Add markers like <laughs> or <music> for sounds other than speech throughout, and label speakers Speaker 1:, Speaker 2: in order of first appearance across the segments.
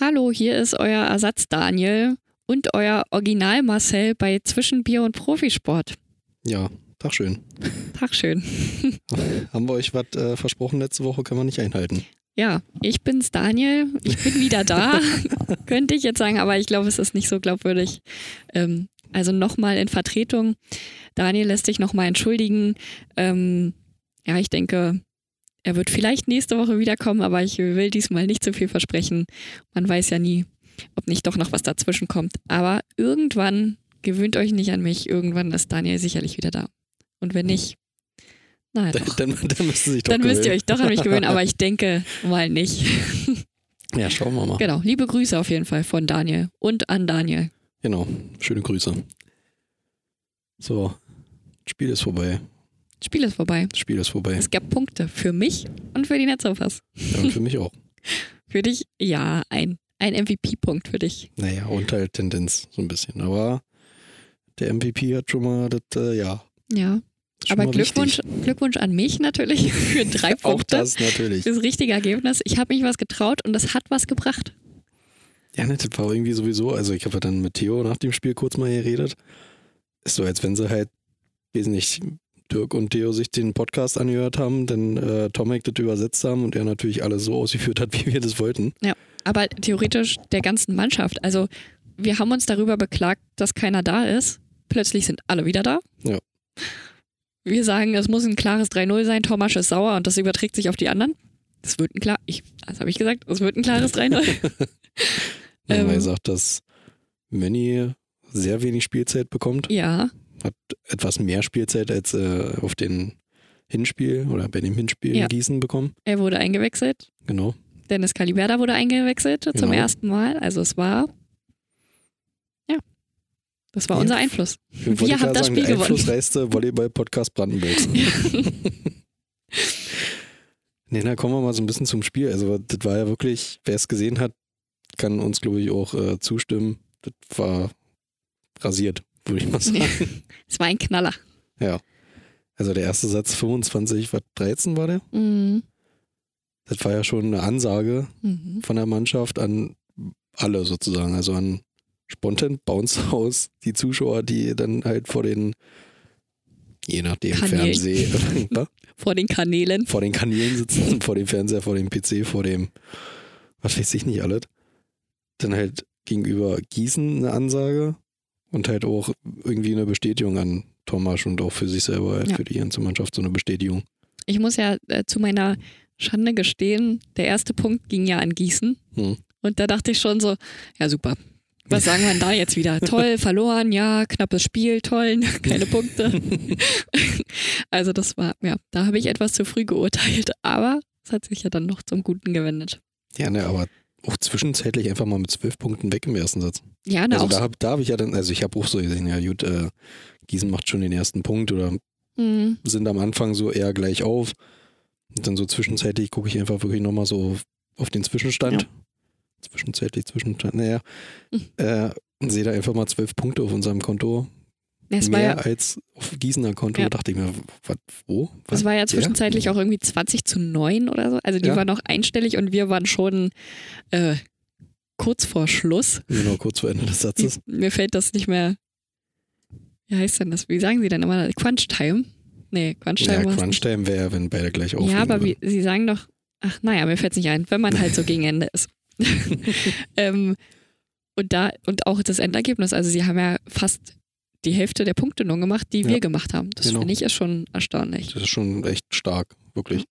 Speaker 1: Hallo, hier ist euer Ersatz Daniel und euer Original Marcel bei Zwischenbier und Profisport.
Speaker 2: Ja, Tag schön.
Speaker 1: Tag schön.
Speaker 2: Haben wir euch was äh, versprochen letzte Woche, können wir
Speaker 1: <laughs>
Speaker 2: nicht einhalten.
Speaker 1: Ja, ich bin's Daniel. Ich bin wieder da, könnte ich jetzt sagen, aber ich glaube, es ist nicht so glaubwürdig. Ähm, also nochmal in Vertretung. Daniel lässt sich nochmal entschuldigen. Ähm, ja, ich denke, er wird vielleicht nächste Woche wiederkommen, aber ich will diesmal nicht zu viel versprechen. Man weiß ja nie, ob nicht doch noch was dazwischen kommt. Aber irgendwann gewöhnt euch nicht an mich. Irgendwann ist Daniel sicherlich wieder da. Und wenn nicht, naja.
Speaker 2: Dann, dann, dann müsst ihr sich doch
Speaker 1: Dann müsst ihr
Speaker 2: gewöhnen.
Speaker 1: euch doch an mich gewöhnen, aber ich denke mal nicht.
Speaker 2: Ja, schauen wir mal.
Speaker 1: Genau, liebe Grüße auf jeden Fall von Daniel und an Daniel.
Speaker 2: Genau. Schöne Grüße. So, das Spiel ist vorbei.
Speaker 1: Das Spiel ist vorbei.
Speaker 2: Das Spiel ist vorbei.
Speaker 1: Es gab Punkte für mich und für die Netzhoffers. <laughs>
Speaker 2: Ja, und für mich auch.
Speaker 1: Für dich, ja, ein, ein MVP-Punkt für dich.
Speaker 2: Naja, und halt Tendenz so ein bisschen. Aber der MVP hat schon mal das, äh, ja.
Speaker 1: Ja,
Speaker 2: ist schon
Speaker 1: aber
Speaker 2: mal
Speaker 1: Glückwunsch,
Speaker 2: Wichtig.
Speaker 1: Glückwunsch an mich natürlich <laughs> für drei
Speaker 2: Auch
Speaker 1: Punkte.
Speaker 2: das natürlich.
Speaker 1: Das richtige Ergebnis. Ich habe mich was getraut und das hat was gebracht.
Speaker 2: Ja, ne, das war irgendwie sowieso, also ich habe ja dann mit Theo nach dem Spiel kurz mal geredet. Ist so, als wenn sie halt, weiß nicht, Dirk und Theo sich den Podcast angehört haben, dann äh, Tomek das übersetzt haben und er natürlich alles so ausgeführt hat, <laughs> wie wir das wollten.
Speaker 1: Aber theoretisch der ganzen Mannschaft. Also wir haben uns darüber beklagt, dass keiner da ist. Plötzlich sind alle wieder da.
Speaker 2: Ja.
Speaker 1: Wir sagen, es muss ein klares 3-0 sein. Thomas ist sauer und das überträgt sich auf die anderen. Es wird ein klar, ich, das habe ich gesagt, es wird ein klares
Speaker 2: <laughs>
Speaker 1: 3-0.
Speaker 2: Dann haben wir
Speaker 1: Ähm.
Speaker 2: gesagt, dass Manny sehr wenig Spielzeit bekommt,
Speaker 1: ja,
Speaker 2: etwas mehr Spielzeit als äh, auf den Hinspiel oder bei dem Hinspiel
Speaker 1: Ja.
Speaker 2: in Gießen bekommen.
Speaker 1: er wurde eingewechselt.
Speaker 2: Genau.
Speaker 1: Dennis Caliberda wurde eingewechselt zum
Speaker 2: Genau.
Speaker 1: ersten Mal. Also es war, ja, das war
Speaker 2: Ja.
Speaker 1: unser Einfluss.
Speaker 2: Wir
Speaker 1: haben das Spiel
Speaker 2: der
Speaker 1: gewonnen.
Speaker 2: einflussreichste Volleyball-Podcast Brandenburgs. <laughs> nee, na kommen wir mal so ein bisschen zum Spiel. Also das war ja wirklich, wer es gesehen hat, kann uns glaube ich auch äh, zustimmen. Das war rasiert, würde ich mal sagen.
Speaker 1: es war ein Knaller.
Speaker 2: Also der erste Satz 25, was 13 war der?
Speaker 1: Mhm.
Speaker 2: Das war ja schon eine Ansage
Speaker 1: Mhm.
Speaker 2: von der Mannschaft an alle sozusagen, also an spontan Bounce House, die Zuschauer, die dann halt vor den, je nachdem,
Speaker 1: Kanälen.
Speaker 2: Fernseh, Na?
Speaker 1: Vor den Kanälen.
Speaker 2: vor den Kanälen sitzen, vor dem Fernseher, vor dem PC, vor dem, was weiß ich nicht alles. Dann halt gegenüber Gießen eine Ansage und halt auch irgendwie eine Bestätigung an Thomas und auch für sich selber, halt
Speaker 1: Ja.
Speaker 2: für die ganze Mannschaft so eine Bestätigung.
Speaker 1: Ich muss ja äh, zu meiner Schande gestehen, der erste Punkt ging ja an Gießen.
Speaker 2: Hm.
Speaker 1: Und da dachte ich schon so, ja super.
Speaker 2: <laughs>
Speaker 1: Was sagen wir denn da jetzt wieder? Toll, verloren, ja, knappes Spiel, toll, ne, keine
Speaker 2: <laughs>
Speaker 1: Punkte. also das war, ja, da habe ich etwas zu früh geurteilt, aber es hat sich ja dann noch zum Guten gewendet.
Speaker 2: Ja, ne, aber auch zwischenzeitlich einfach mal mit zwölf Punkten weg im ersten Satz.
Speaker 1: Ja, na
Speaker 2: Also
Speaker 1: auch.
Speaker 2: da habe da hab ich ja dann, also ich habe auch so gesehen, ja gut, äh, Gießen macht schon den ersten Punkt oder
Speaker 1: so- Mhm.
Speaker 2: sind am Anfang so eher gleich auf. Und dann so zwischenzeitlich gucke ich einfach wirklich nochmal so auf den Zwischenstand. Zwischenzeitlich, Zwischenstand, naja.
Speaker 1: Mhm.
Speaker 2: Äh, und sehe da einfach mal zwölf Punkte auf unserem Konto.
Speaker 1: Es war
Speaker 2: mehr
Speaker 1: ja,
Speaker 2: als auf Gießener Konto.
Speaker 1: Ja.
Speaker 2: Dachte ich mir, was, wo? Was?
Speaker 1: es war ja zwischenzeitlich auch irgendwie 20 zu 9 oder so. Also die
Speaker 2: Ja.
Speaker 1: war noch einstellig und wir waren schon äh, kurz vor Schluss.
Speaker 2: Genau, kurz vor Ende des
Speaker 1: Wie,
Speaker 2: Satzes.
Speaker 1: mir fällt das nicht mehr. Wie heißt denn das? Wie sagen sie denn immer? Crunch Time? Nee, Crunch
Speaker 2: Ja,
Speaker 1: Time war's
Speaker 2: Crunch Time wäre, wenn beide gleich
Speaker 1: nicht.
Speaker 2: auflegen
Speaker 1: Ja, aber
Speaker 2: würden.
Speaker 1: wie, sie sagen doch, ach naja, mir fällt's nicht ein, wenn man halt so gegen Ende
Speaker 2: <laughs>
Speaker 1: ist. ähm, und da, und auch das Endergebnis, also sie haben ja fast die Hälfte der Punkte nur gemacht, die
Speaker 2: Ja.
Speaker 1: wir gemacht haben. Das
Speaker 2: Genau.
Speaker 1: finde ich ist schon erstaunlich.
Speaker 2: Das ist schon echt stark, wirklich.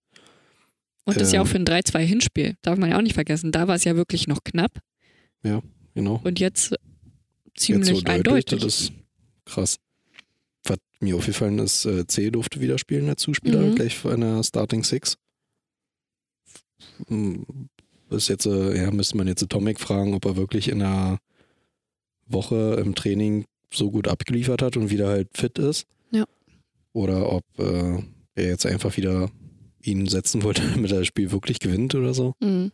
Speaker 1: Und das ist ja
Speaker 2: Ähm.
Speaker 1: auch für ein 3-2-Hinspiel, darf man ja auch nicht vergessen. Da war es ja wirklich noch knapp
Speaker 2: Genau.
Speaker 1: und jetzt
Speaker 2: Jetzt
Speaker 1: ziemlich
Speaker 2: so deutlich,
Speaker 1: eindeutig.
Speaker 2: das ist krass. Was mir aufgefallen ist, äh, C durfte wieder spielen als Zuspieler,
Speaker 1: Mhm.
Speaker 2: gleich vor einer Starting Six. Hm, Ist jetzt, äh, ja, müsste man jetzt Tomek fragen, ob er wirklich in einer Woche im Training so gut abgeliefert hat und wieder halt fit ist.
Speaker 1: Ja.
Speaker 2: Oder ob äh, er jetzt einfach wieder ihn setzen wollte, <laughs> damit er das Spiel wirklich gewinnt oder so.
Speaker 1: Mhm.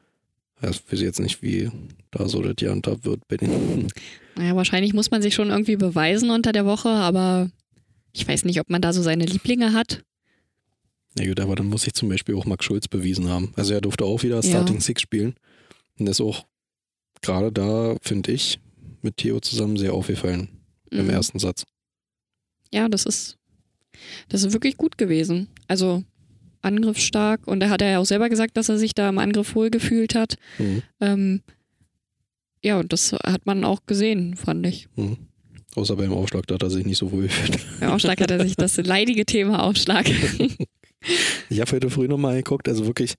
Speaker 2: Also ich weiß jetzt nicht, wie da so das gehandhabt wird bei den
Speaker 1: Naja, wahrscheinlich muss man sich schon irgendwie beweisen unter der Woche, aber ich weiß nicht, ob man da so seine Lieblinge hat.
Speaker 2: Also gerade da, finde ich, mit Theo zusammen sehr aufgefallen im
Speaker 1: Mhm.
Speaker 2: ersten Satz.
Speaker 1: Ja, das ist, das ist wirklich gut gewesen. Also angriffsstark und da hat er ja auch selber gesagt, dass er sich da im Angriff wohl gefühlt hat.
Speaker 2: Mhm.
Speaker 1: Ähm, ja, und das hat man auch gesehen, fand ich.
Speaker 2: Mhm. Außer beim Aufschlag, da hat er sich nicht so wohl <laughs> gefühlt.
Speaker 1: Beim Aufschlag hat er sich das leidige Thema
Speaker 2: <laughs>
Speaker 1: Aufschlag.
Speaker 2: Ich habe heute früh nochmal geguckt, also wirklich,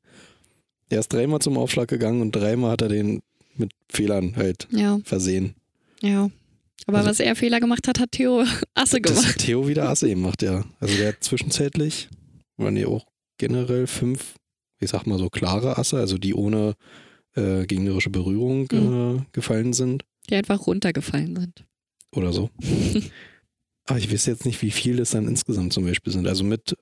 Speaker 2: er ist dreimal zum Aufschlag gegangen und dreimal hat er den mit Fehlern halt
Speaker 1: ja,
Speaker 2: versehen.
Speaker 1: ja. Aber
Speaker 2: Also-
Speaker 1: was er Fehler gemacht hat, hat Theo Asse
Speaker 2: Das
Speaker 1: gemacht.
Speaker 2: hat Theo wieder Asse gemacht, ja. Also der hat zwischenzeitlich, waren ja auch generell fünf, ich sag mal so klare Asse, also die ohne äh, gegnerische Berührung
Speaker 1: Mhm.
Speaker 2: äh, gefallen sind
Speaker 1: Die einfach runtergefallen sind. <laughs>
Speaker 2: oder so. Aber ich weiß jetzt nicht, wie viel das dann insgesamt zum Beispiel sind. Also mit,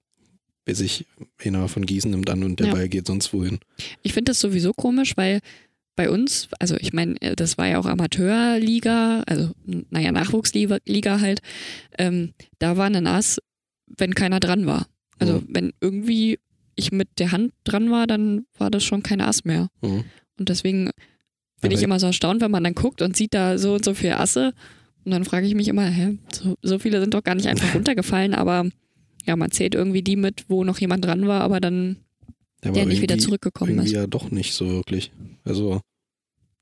Speaker 2: weiß ich, einer von Gießen nimmt an und der
Speaker 1: Ja.
Speaker 2: Ball geht sonst wohin.
Speaker 1: Ich finde das sowieso komisch, weil bei uns, also ich meine, äh, das war ja auch Amateurliga, also n- naja, Nachwuchsliga Liga halt, ähm, da war eine Nas, wenn keiner dran war. Also
Speaker 2: Mhm.
Speaker 1: wenn irgendwie ich mit der Hand dran war, dann war das schon kein Ass mehr.
Speaker 2: Mhm.
Speaker 1: Und deswegen bin
Speaker 2: Aber
Speaker 1: ich immer so erstaunt, wenn man dann guckt und sieht da so und so viel Asse. Und dann frage ich mich immer, hä, so, so viele sind doch gar nicht
Speaker 2: <laughs>
Speaker 1: einfach runtergefallen, aber ja, man zählt irgendwie die mit, wo noch jemand dran war, aber dann
Speaker 2: aber
Speaker 1: der nicht wieder
Speaker 2: irgendwie-
Speaker 1: zurückgekommen
Speaker 2: irgendwie
Speaker 1: ist.
Speaker 2: ja doch nicht so wirklich. Also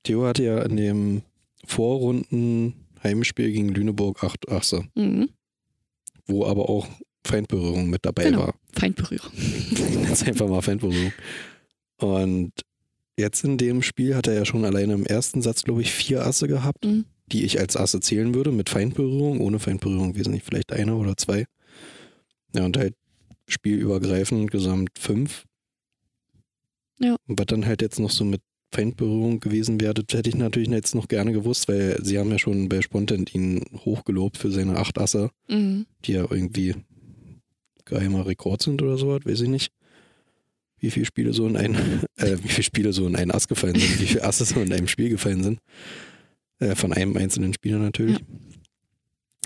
Speaker 2: Theo hatte ja in dem Vorrunden Heimspiel gegen Lüneburg 8 Achse,
Speaker 1: Mhm.
Speaker 2: wo aber auch Feindberührung mit dabei
Speaker 1: Genau.
Speaker 2: war. <laughs>
Speaker 1: Feindberührung.
Speaker 2: Jetzt einfach mal Feindberührung. Und jetzt in dem Spiel hat er ja schon alleine im ersten Satz, glaube ich, vier Asse gehabt,
Speaker 1: Mhm.
Speaker 2: die ich als Asse zählen würde, mit Feindberührung, ohne Feindberührung wesentlich, vielleicht eine oder zwei. Ja, und halt spielübergreifend gesamt fünf.
Speaker 1: Ja.
Speaker 2: Und was dann halt jetzt noch so mit Feindberührung gewesen wäre, das hätte ich natürlich jetzt noch gerne gewusst, weil sie haben ja schon bei Spontent ihn hochgelobt für seine acht Asse
Speaker 1: Mhm.
Speaker 2: die ja irgendwie geheimer Rekord sind oder sowas, weiß ich nicht. Wie viele Spiele so in ein, <laughs> äh, wie viele Spiele so in einen Ass gefallen sind, wie viele Asse so in einem Spiel gefallen sind. Äh, von einem einzelnen Spieler natürlich.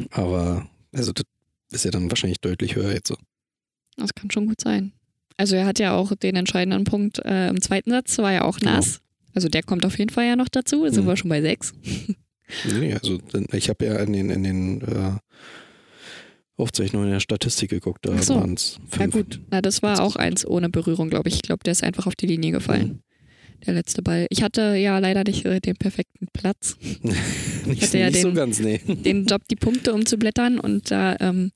Speaker 2: Aber, also das ist ja dann wahrscheinlich deutlich höher jetzt so.
Speaker 1: Das kann schon gut sein. Also er hat ja auch den entscheidenden Punkt äh, im zweiten Satz, war ja auch
Speaker 2: Genau.
Speaker 1: nass. Also der kommt auf jeden Fall ja noch dazu. Jetzt sind
Speaker 2: Mhm.
Speaker 1: wir schon bei sechs.
Speaker 2: Nee, nee, also dann- ich habe ja in den, in den äh, Aufzeichnungen der Statistik geguckt, da
Speaker 1: Ach so.
Speaker 2: waren es
Speaker 1: Na
Speaker 2: fünf. <laughs>
Speaker 1: gut, na das war auch eins ohne Berührung, glaube ich. Ich glaube, der ist einfach auf die Linie gefallen.
Speaker 2: Mhm.
Speaker 1: Der letzte Ball. Ich hatte ja leider nicht äh, den perfekten Platz.
Speaker 2: Nicht,
Speaker 1: Hatte ja
Speaker 2: nicht so
Speaker 1: den-
Speaker 2: ganz, nee.
Speaker 1: Den Job, die Punkte umzublättern und da ähm,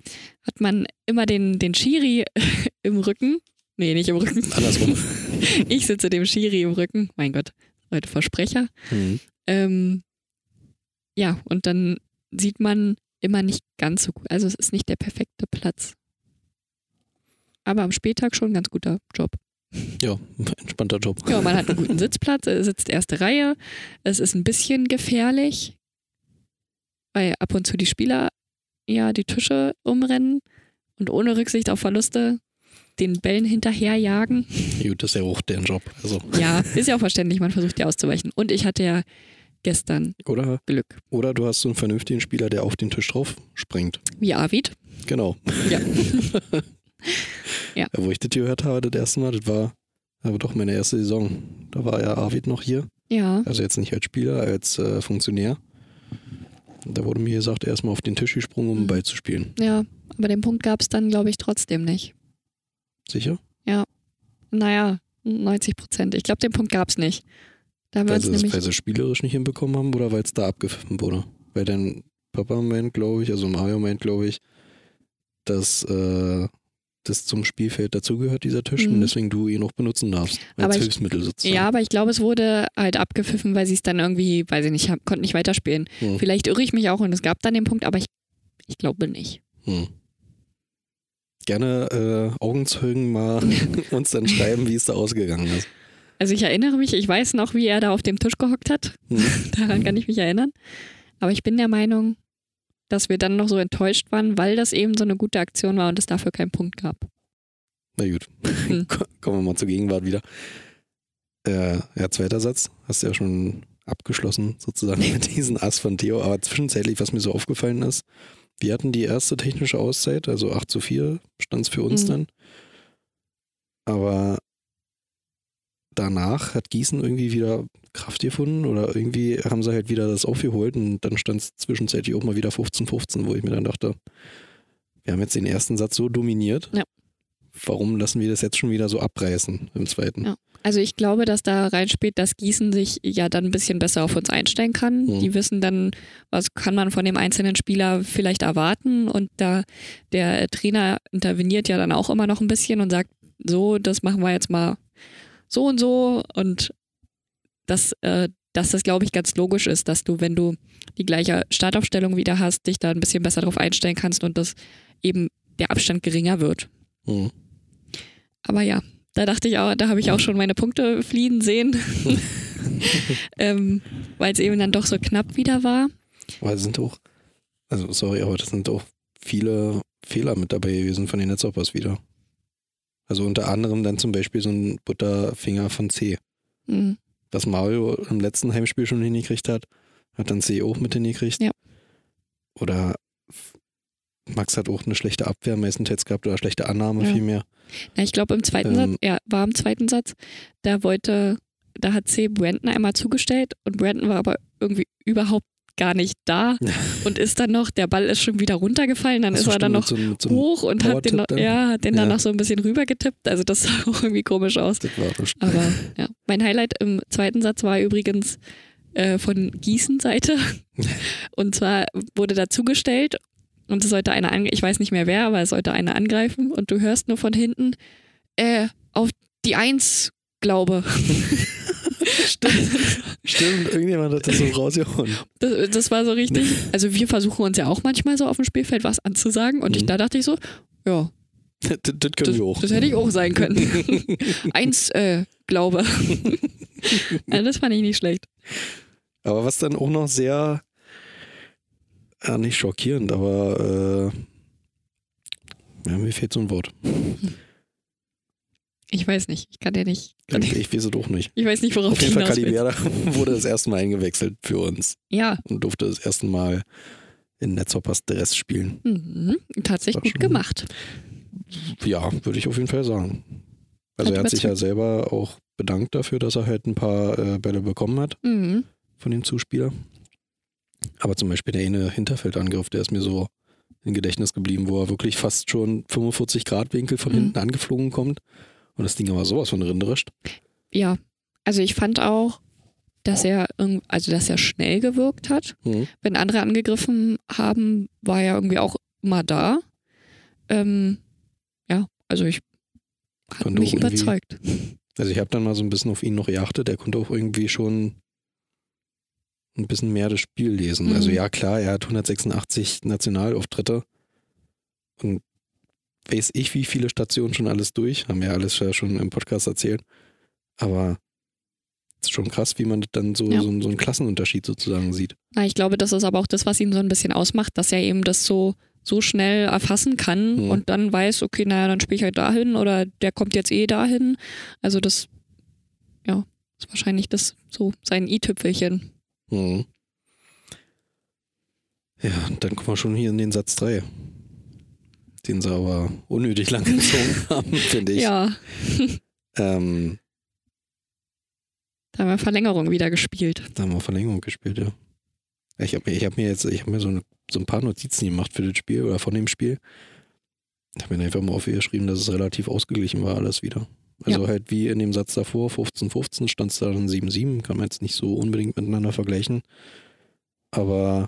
Speaker 1: hat man immer den, den Schiri <laughs> im Rücken. Nee, nicht im Rücken.
Speaker 2: Andersrum.
Speaker 1: <laughs> Ich sitze dem Schiri im Rücken. Mein Gott, heute Versprecher.
Speaker 2: Mhm.
Speaker 1: Ähm, ja, und dann sieht man immer nicht ganz so gut. Also es ist nicht der perfekte Platz. Aber am Spättag schon ein ganz guter Job.
Speaker 2: Ja, entspannter Job.
Speaker 1: Ja, man hat einen guten Sitzplatz, äh, sitzt erste Reihe. Es ist ein bisschen gefährlich, weil ab und zu die Spieler ja die Tische umrennen und ohne Rücksicht auf Verluste den Bällen hinterherjagen.
Speaker 2: Gut, das ist ja auch deren Job. Also,
Speaker 1: Ja, ist ja auch verständlich, man versucht ja auszuweichen. Und ich hatte ja gestern
Speaker 2: oder,
Speaker 1: Glück.
Speaker 2: oder du hast so einen vernünftigen Spieler, der auf den Tisch drauf springt.
Speaker 1: Wie Arvid.
Speaker 2: Genau. <laughs>
Speaker 1: Ja. Ja.
Speaker 2: Wo ich das gehört habe, das erste Mal, das war aber doch meine erste Saison. Da war ja Arvid noch hier.
Speaker 1: Ja.
Speaker 2: Also jetzt nicht als Spieler, als äh, Funktionär. Da wurde mir gesagt, er ist mal auf den Tisch gesprungen, um
Speaker 1: Mhm.
Speaker 2: den Ball zu spielen.
Speaker 1: Ja, aber den Punkt gab es dann, glaube ich, trotzdem nicht.
Speaker 2: Sicher?
Speaker 1: Naja, 90 Prozent. Ich glaube, den Punkt gab es nicht. Da haben wir
Speaker 2: Weil
Speaker 1: uns
Speaker 2: sie, das,
Speaker 1: nämlich.
Speaker 2: weil sie spielerisch nicht hinbekommen haben oder weil es da abgepfiffen wurde? Weil dein Papa meint, glaube ich, also Mario meint, glaube ich, dass äh, das zum Spielfeld dazugehört, dieser Tisch, und
Speaker 1: Mhm.
Speaker 2: deswegen du ihn auch benutzen darfst. Als
Speaker 1: Aber ich-
Speaker 2: Hilfsmittel sozusagen.
Speaker 1: Ja, aber ich glaube, es wurde halt abgepfiffen, weil sie es dann irgendwie, weiß ich nicht, hab- konnten nicht weiterspielen.
Speaker 2: Hm,
Speaker 1: Vielleicht irre ich mich auch und es gab dann den Punkt, aber ich, ich glaube nicht.
Speaker 2: hm. Gerne äh,
Speaker 1: <laughs>
Speaker 2: Augenzeugen mal <laughs> uns dann schreiben, wie es da ausgegangen ist.
Speaker 1: Also ich erinnere mich, ich weiß noch, wie er da auf dem Tisch gehockt hat.
Speaker 2: Hm.
Speaker 1: <laughs> Daran kann ich mich erinnern. Aber ich bin der Meinung, dass wir dann noch so enttäuscht waren, weil das eben so eine gute Aktion war und es dafür keinen Punkt gab.
Speaker 2: Na gut, <laughs>
Speaker 1: Hm.
Speaker 2: Ko- kommen wir mal zur Gegenwart wieder. Äh, ja, zweiter Satz, hast du ja schon abgeschlossen sozusagen mit diesem Ass von Theo, aber zwischenzeitlich, was mir so aufgefallen ist, wir hatten die erste technische Auszeit, also 8 zu 4 stand es für uns
Speaker 1: Mhm.
Speaker 2: dann, aber danach hat Gießen irgendwie wieder Kraft gefunden oder irgendwie haben sie halt wieder das aufgeholt und dann stand es zwischenzeitlich auch mal wieder 15-15, wo ich mir dann dachte, wir haben jetzt den ersten Satz so dominiert.
Speaker 1: Ja.
Speaker 2: Warum lassen wir das jetzt schon wieder so abreißen im zweiten?
Speaker 1: Ja. Also ich glaube, dass da reinspielt, dass Gießen sich ja dann ein bisschen besser auf uns einstellen kann.
Speaker 2: Mhm.
Speaker 1: Die wissen dann, was kann man von dem einzelnen Spieler vielleicht erwarten. Und da der äh, Trainer interveniert ja dann auch immer noch ein bisschen und sagt, so, das machen wir jetzt mal so und so. Und das, äh, dass das, glaube ich, ganz logisch ist, dass du, wenn du die gleiche Startaufstellung wieder hast, dich da ein bisschen besser drauf einstellen kannst und dass eben der Abstand geringer wird.
Speaker 2: Mhm.
Speaker 1: Aber ja, da dachte ich auch, da habe ich auch schon meine Punkte fliehen
Speaker 2: <laughs>
Speaker 1: sehen. ähm, Weil es eben dann doch so knapp wieder war.
Speaker 2: Aber es sind auch, also sorry, aber das sind auch viele Fehler mit dabei gewesen von den Netzhoppers wieder. Also unter anderem dann zum Beispiel so ein Butterfinger von C.
Speaker 1: Hm.
Speaker 2: was Mario im letzten Heimspiel schon hingekriegt hat, hat dann C auch mit hingekriegt.
Speaker 1: Ja.
Speaker 2: Oder F- Max hat auch eine schlechte Abwehr meistenteils gehabt oder schlechte Annahme
Speaker 1: Ja.
Speaker 2: vielmehr.
Speaker 1: Ja, ich glaube, im zweiten
Speaker 2: Ähm.
Speaker 1: Satz, ja, war im zweiten Satz, da wollte, da hat C. Brandon einmal zugestellt und Brandon war aber irgendwie überhaupt gar nicht
Speaker 2: <laughs>
Speaker 1: da und ist dann noch, der Ball ist schon wieder runtergefallen, dann
Speaker 2: Ach
Speaker 1: ist
Speaker 2: so,
Speaker 1: er dann noch
Speaker 2: stimmt, mit so, einem- mit so, einem-
Speaker 1: hoch und hat den,
Speaker 2: Power-Tipp
Speaker 1: noch,
Speaker 2: dann?
Speaker 1: ja, hat den dann
Speaker 2: Ja.
Speaker 1: noch so ein bisschen rübergetippt. Also das <laughs> sah auch irgendwie komisch aus.
Speaker 2: das war doch-
Speaker 1: Aber ja, mein Highlight im zweiten Satz war übrigens äh, von
Speaker 2: <laughs>
Speaker 1: Gießen-Seite. Und zwar wurde dazugestellt und es sollte einer angreifen, ich weiß nicht mehr wer, aber es sollte einer angreifen und du hörst nur von hinten, äh, auf die Eins glaube. <laughs> Stimmt.
Speaker 2: Stimmt, irgendjemand hat
Speaker 1: <laughs>
Speaker 2: das so rausgehauen.
Speaker 1: Das, das war so richtig. Also wir versuchen uns ja auch manchmal so auf dem Spielfeld was anzusagen und ich,
Speaker 2: Mhm.
Speaker 1: da dachte ich so, ja,
Speaker 2: Das, das können
Speaker 1: das,
Speaker 2: wir auch.
Speaker 1: das hätte ich auch sein
Speaker 2: <laughs>
Speaker 1: können. Eins, äh, glaube. ja, das fand ich nicht schlecht.
Speaker 2: Aber was dann auch noch sehr, ja, nicht schockierend, aber äh, ja, mir fehlt so ein Wort.
Speaker 1: Ich weiß nicht. Ich kann dir nicht. Kann
Speaker 2: Ich,
Speaker 1: dir-
Speaker 2: ich weiß es auch nicht.
Speaker 1: ich weiß nicht, worauf
Speaker 2: Auf jeden
Speaker 1: du
Speaker 2: Fall
Speaker 1: hinaus willst.
Speaker 2: Calibera <laughs> wurde das erste Mal eingewechselt für uns.
Speaker 1: Ja,
Speaker 2: und durfte das erste Mal in Netzhoppers Dress spielen.
Speaker 1: mhm. tatsächlich
Speaker 2: War
Speaker 1: gut
Speaker 2: schon-
Speaker 1: gemacht.
Speaker 2: Ja, würde ich auf jeden Fall sagen. Also
Speaker 1: Hat
Speaker 2: er hat sich ja
Speaker 1: überzeugt.
Speaker 2: selber auch bedankt dafür, dass er halt ein paar äh, Bälle bekommen hat
Speaker 1: Mhm.
Speaker 2: von dem Zuspieler. Aber zum Beispiel der eine Hinterfeldangriff, der ist mir so im Gedächtnis geblieben, wo er wirklich fast schon 45 Grad Winkel von
Speaker 1: Mhm.
Speaker 2: hinten angeflogen kommt und das Ding aber sowas von rinderischt.
Speaker 1: Ja, also ich fand auch, dass er irgend- also dass er schnell gewirkt hat.
Speaker 2: Mhm.
Speaker 1: Wenn andere angegriffen haben, war er irgendwie auch immer da. Ähm, ja, also ich hat
Speaker 2: Konnte
Speaker 1: mich
Speaker 2: auch irgendwie-
Speaker 1: überzeugt.
Speaker 2: Also ich habe dann mal so ein bisschen auf ihn noch geachtet. Er konnte auch irgendwie schon ein bisschen mehr das Spiel lesen.
Speaker 1: Mhm.
Speaker 2: Also ja, klar, er hat 186 Nationalauftritte und weiß ich, wie viele Stationen schon alles durch. Haben wir alles ja schon im Podcast erzählt. Aber es ist schon krass, wie man dann so,
Speaker 1: Ja.
Speaker 2: so, einen- so einen Klassenunterschied sozusagen sieht.
Speaker 1: Na, ich glaube, das ist aber auch das, was ihn so ein bisschen ausmacht, dass er eben das so so schnell erfassen kann
Speaker 2: Mhm.
Speaker 1: und dann weiß, okay, naja, dann spiele ich halt dahin oder der kommt jetzt eh dahin. Also das, ja, ist wahrscheinlich das so sein i-Tüpfelchen.
Speaker 2: Mhm. Ja, und dann kommen wir schon hier in den Satz 3. Den sie aber unnötig lang <laughs> gezogen haben, finde ich.
Speaker 1: Ja,
Speaker 2: Ähm,
Speaker 1: da haben wir Verlängerung wieder gespielt.
Speaker 2: da haben wir Verlängerung gespielt, ja. Ich habe mir, ich hab mir jetzt, ich habe mir so, eine, so ein paar Notizen gemacht für das Spiel oder von dem Spiel. Ich habe mir einfach mal aufgeschrieben, dass es relativ ausgeglichen war, alles wieder. Also halt wie in dem Satz davor, 15-15, stand es da dann 7-7, kann man jetzt nicht so unbedingt miteinander vergleichen. Aber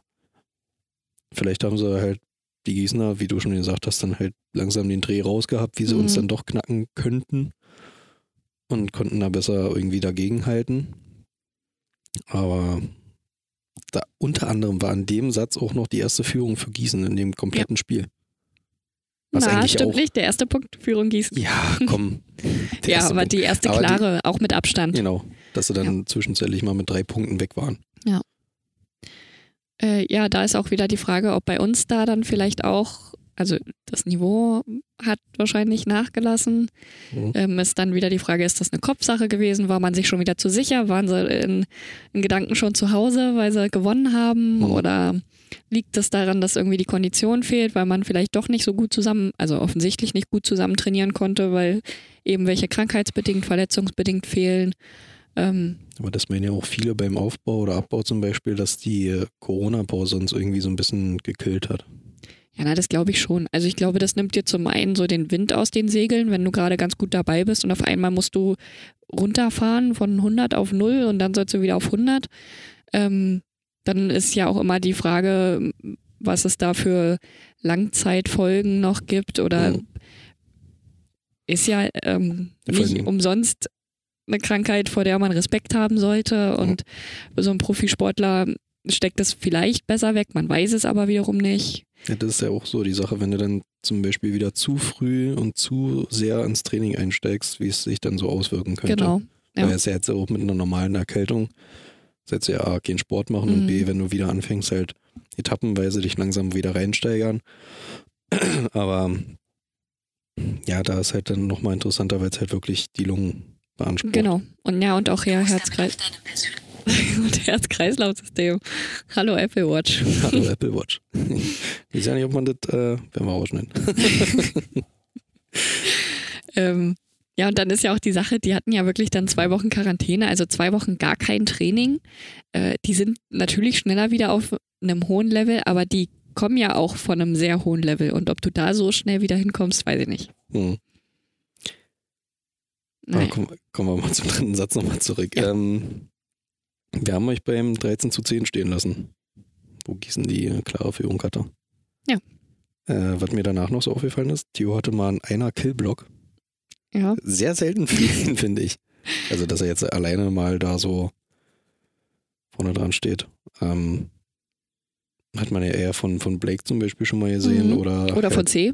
Speaker 2: vielleicht haben sie halt die Gießener, wie du schon gesagt hast, dann halt langsam den Dreh rausgehabt, wie sie uns
Speaker 1: Mhm.
Speaker 2: dann doch knacken könnten und konnten da besser irgendwie dagegenhalten. Aber da unter anderem war in dem Satz auch noch die erste Führung für Gießen in dem kompletten Spiel. Was
Speaker 1: Na,
Speaker 2: eigentlich
Speaker 1: stimmt
Speaker 2: auch-
Speaker 1: nicht. Der erste Punkt, Führung Gießen.
Speaker 2: Ja,
Speaker 1: <laughs>
Speaker 2: komm. Der
Speaker 1: Ja,
Speaker 2: erste
Speaker 1: aber
Speaker 2: Punkt.
Speaker 1: die erste
Speaker 2: Aber die-
Speaker 1: klare, auch mit Abstand.
Speaker 2: Genau, dass sie dann zwischenzeitlich mal mit drei Punkten weg waren.
Speaker 1: Äh, ja, da ist auch wieder die Frage, ob bei uns da dann vielleicht auch, also das Niveau hat wahrscheinlich nachgelassen.
Speaker 2: Mhm.
Speaker 1: Ähm, ist dann wieder die Frage, ist das eine Kopfsache gewesen? War man sich schon wieder zu sicher? Waren sie in, in Gedanken schon zu Hause, weil sie gewonnen haben?
Speaker 2: Mhm.
Speaker 1: Oder liegt es daran, dass irgendwie die Kondition fehlt, weil man vielleicht doch nicht so gut zusammen, also offensichtlich nicht gut zusammen trainieren konnte, weil eben welche krankheitsbedingt, verletzungsbedingt fehlen? Ähm,
Speaker 2: Aber das meinen ja auch viele beim Aufbau oder Abbau zum Beispiel, dass die äh, Corona-Pause uns irgendwie so ein bisschen gekillt hat.
Speaker 1: ja, na, das glaube ich schon. Also ich glaube, das nimmt dir zum einen so den Wind aus den Segeln, wenn du gerade ganz gut dabei bist und auf einmal musst du runterfahren von 100 auf 0 und dann sollst du wieder auf 100. Ähm, dann ist ja auch immer die Frage, was es da für Langzeitfolgen noch gibt oder
Speaker 2: Mhm.
Speaker 1: ist ja ähm,
Speaker 2: Ja, vor
Speaker 1: nicht
Speaker 2: allem-
Speaker 1: umsonst eine Krankheit, vor der man Respekt haben sollte und so ein Profisportler steckt es vielleicht besser weg, man weiß es aber wiederum nicht.
Speaker 2: Ja, das ist ja auch so die Sache, wenn du dann zum Beispiel wieder zu früh und zu sehr ins Training einsteigst, wie es sich dann so auswirken könnte.
Speaker 1: Genau. ja.
Speaker 2: Weil es ja jetzt auch mit einer normalen Erkältung, das ist jetzt ja A, keinen Sport machen und
Speaker 1: Mhm.
Speaker 2: B, wenn du wieder anfängst, halt etappenweise dich langsam wieder reinsteigern. <clears throat> Aber ja, da ist halt dann nochmal interessanter, weil es halt wirklich die Lungen beansprucht.
Speaker 1: Genau. Und ja, und auch ja,
Speaker 3: Du bist damit
Speaker 1: Herzkreis
Speaker 3: auf deinem persönlichen
Speaker 1: <laughs> und Herz-Kreislauf-System. Hallo Apple Watch.
Speaker 2: Hallo also
Speaker 1: <laughs>
Speaker 2: Apple Watch. <laughs> Ich weiß ja nicht, ob man das, äh, werden wir rausschneiden.
Speaker 1: Ähm, ja, und dann ist ja auch die Sache, die hatten ja wirklich dann zwei Wochen Quarantäne, also zwei Wochen gar kein Training. Äh, die sind natürlich schneller wieder auf einem hohen Level, aber die kommen ja auch von einem sehr hohen Level. Und ob du da so schnell wieder hinkommst, weiß ich nicht.
Speaker 2: Hm. Aber
Speaker 1: Naja.
Speaker 2: komm, kommen wir mal zum dritten Satz nochmal zurück.
Speaker 1: Ja.
Speaker 2: Ähm, wir haben euch beim 13 zu 10 stehen lassen. Wo gießen die äh, klare Führung hatte.
Speaker 1: Ja.
Speaker 2: Äh, was mir danach noch so aufgefallen ist, Theo hatte mal einen einer Killblock.
Speaker 1: Ja.
Speaker 2: Sehr selten für
Speaker 1: <laughs>
Speaker 2: ihn, finde ich. Also, dass er jetzt alleine mal da so vorne dran steht. Ähm, hat man ja eher von, von Blake zum Beispiel schon mal gesehen
Speaker 1: Mhm.
Speaker 2: oder,
Speaker 1: Oder von Äh, C,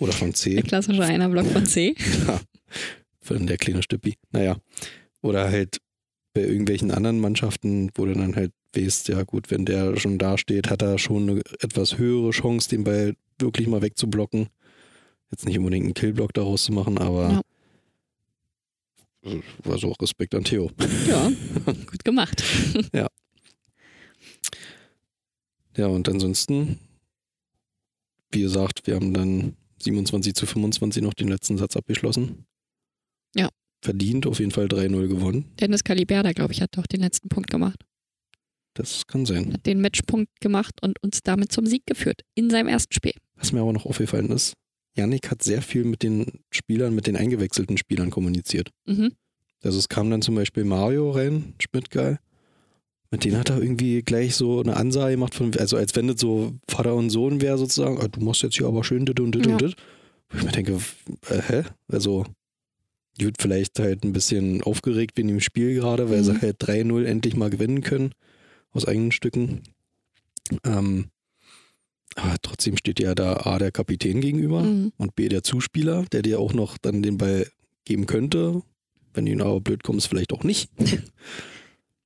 Speaker 2: oder von C.
Speaker 1: der klassische Einerblock von C.
Speaker 2: Genau. Von der kleine Stüppi. Naja. Oder halt bei irgendwelchen anderen Mannschaften, wo du dann halt weißt, ja gut, wenn der schon da steht, hat er schon eine etwas höhere Chance, den Ball wirklich mal wegzublocken. Jetzt nicht unbedingt einen Killblock daraus zu machen, aber war so auch Respekt an Theo.
Speaker 1: Ja, gut gemacht.
Speaker 2: Ja, und ansonsten, wie gesagt, wir haben dann 27 zu 25 noch den letzten Satz abgeschlossen.
Speaker 1: Ja.
Speaker 2: Verdient, auf jeden Fall 3-0 gewonnen.
Speaker 1: Dennis Caliberda, glaube ich, hat doch den letzten Punkt gemacht.
Speaker 2: Das kann sein.
Speaker 1: Hat den Matchpunkt gemacht und uns damit zum Sieg geführt. In seinem ersten Spiel.
Speaker 2: Was mir aber noch aufgefallen ist, Yannick hat sehr viel mit den Spielern, mit den eingewechselten Spielern kommuniziert.
Speaker 1: Mhm.
Speaker 2: Also es kam dann zum Beispiel Mario rein, Schmidtgeil. Mit denen hat er irgendwie gleich so eine Ansage gemacht, von, also als wenn das so Vater und Sohn wäre sozusagen, ah, du machst jetzt hier aber schön dit und dit
Speaker 1: Ja.
Speaker 2: und dit. Wo ich mir denke, äh, hä? Also, die wird vielleicht halt ein bisschen aufgeregt wegen dem Spiel gerade, weil sie
Speaker 1: Mhm.
Speaker 2: halt 3-0 endlich mal gewinnen können aus eigenen Stücken. Ähm, aber trotzdem steht ja da A, der Kapitän gegenüber
Speaker 1: Mhm.
Speaker 2: und B, der Zuspieler, der dir auch noch dann den Ball geben könnte. Wenn du ihn aber blöd kommst, vielleicht
Speaker 1: <laughs>
Speaker 2: auch nicht.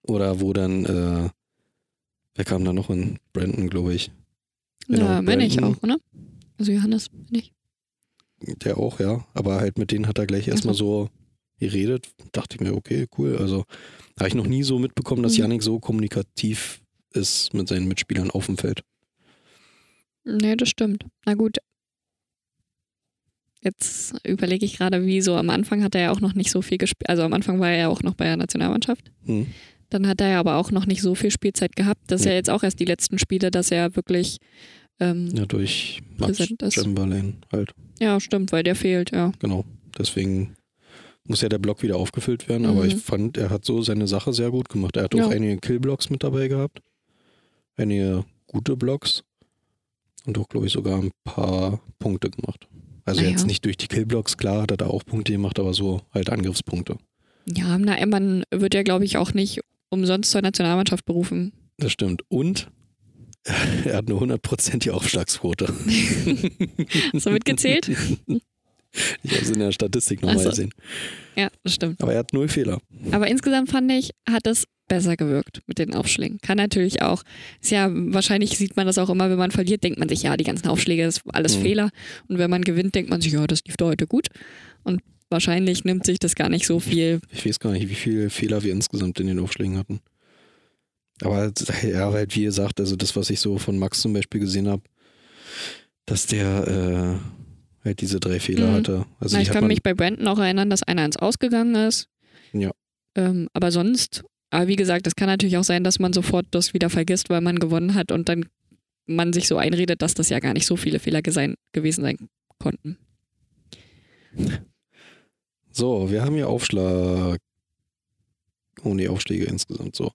Speaker 2: Oder wo dann, äh, wer kam da noch in? Brandon, glaube ich. Genau,
Speaker 1: Ja, wenn ich
Speaker 2: Brandon.
Speaker 1: auch, oder? Also Johannes, wenn ich.
Speaker 2: Der auch, ja. Aber halt mit denen hat er gleich erstmal so geredet. Dachte ich mir, okay, cool. Also habe ich noch nie so mitbekommen, dass
Speaker 1: Mhm.
Speaker 2: Yannick so kommunikativ ist mit seinen Mitspielern auf dem Feld.
Speaker 1: Nee, das stimmt. Na gut. Jetzt überlege ich gerade, wie so am Anfang hat er ja auch noch nicht so viel gespielt. Also am Anfang war er ja auch noch bei der Nationalmannschaft.
Speaker 2: Hm.
Speaker 1: Dann hat er ja aber auch noch nicht so viel Spielzeit gehabt. Das ist ja
Speaker 2: Nee.
Speaker 1: jetzt auch erst die letzten Spiele, dass er wirklich. Ähm, ja.
Speaker 2: Ja, durch Max
Speaker 1: Präsent ist.
Speaker 2: Chamberlain halt.
Speaker 1: stimmt, weil der fehlt, ja.
Speaker 2: Genau. Deswegen muss ja der Block wieder aufgefüllt werden. Aber
Speaker 1: Mhm.
Speaker 2: ich fand, er hat so seine Sache sehr gut gemacht. Er hat
Speaker 1: Ja.
Speaker 2: auch einige Killblocks mit dabei gehabt. Einige gute Blocks. Und auch, glaube ich, sogar ein paar Punkte gemacht. Also
Speaker 1: Naja.
Speaker 2: jetzt nicht durch die Killblocks, klar hat er da auch Punkte gemacht, aber so halt Angriffspunkte.
Speaker 1: Ja, na, man wird ja, glaube ich, auch nicht umsonst zur Nationalmannschaft berufen.
Speaker 2: Das stimmt. Und <laughs> er hat eine hundertprozentige Aufschlagsquote.
Speaker 1: Hast du
Speaker 2: <laughs>
Speaker 1: mitgezählt?
Speaker 2: Ich habe es in der Statistik
Speaker 1: Ach
Speaker 2: nochmal
Speaker 1: so.
Speaker 2: gesehen.
Speaker 1: ja, das stimmt.
Speaker 2: Aber er hat null Fehler.
Speaker 1: Aber insgesamt fand ich, hat es besser gewirkt mit den Aufschlägen. Kann natürlich auch. Ist ja, wahrscheinlich sieht man das auch immer, wenn man verliert, denkt man sich, ja, die ganzen Aufschläge, das ist alles
Speaker 2: Mhm.
Speaker 1: Fehler. Und wenn man gewinnt, denkt man sich, ja, das lief doch heute gut. Und wahrscheinlich nimmt sich das gar nicht so viel.
Speaker 2: Ich weiß gar nicht, wie viele Fehler wir insgesamt in den Aufschlägen hatten. Aber ja, halt, wie gesagt, also das, was ich so von Max zum Beispiel gesehen habe, dass der äh, halt diese drei Fehler
Speaker 1: Mhm.
Speaker 2: hatte. Also
Speaker 1: Na,
Speaker 2: die
Speaker 1: ich
Speaker 2: hat
Speaker 1: kann
Speaker 2: man-
Speaker 1: mich bei Brandon auch erinnern, dass einer ins Ausgegangen ist.
Speaker 2: Ja.
Speaker 1: Ähm, aber sonst, aber wie gesagt, es kann natürlich auch sein, dass man sofort das wieder vergisst, weil man gewonnen hat und dann man sich so einredet, dass das ja gar nicht so viele Fehler gesein, gewesen sein konnten.
Speaker 2: So, wir haben hier Aufschlag. Oh ne, Aufschläge insgesamt so.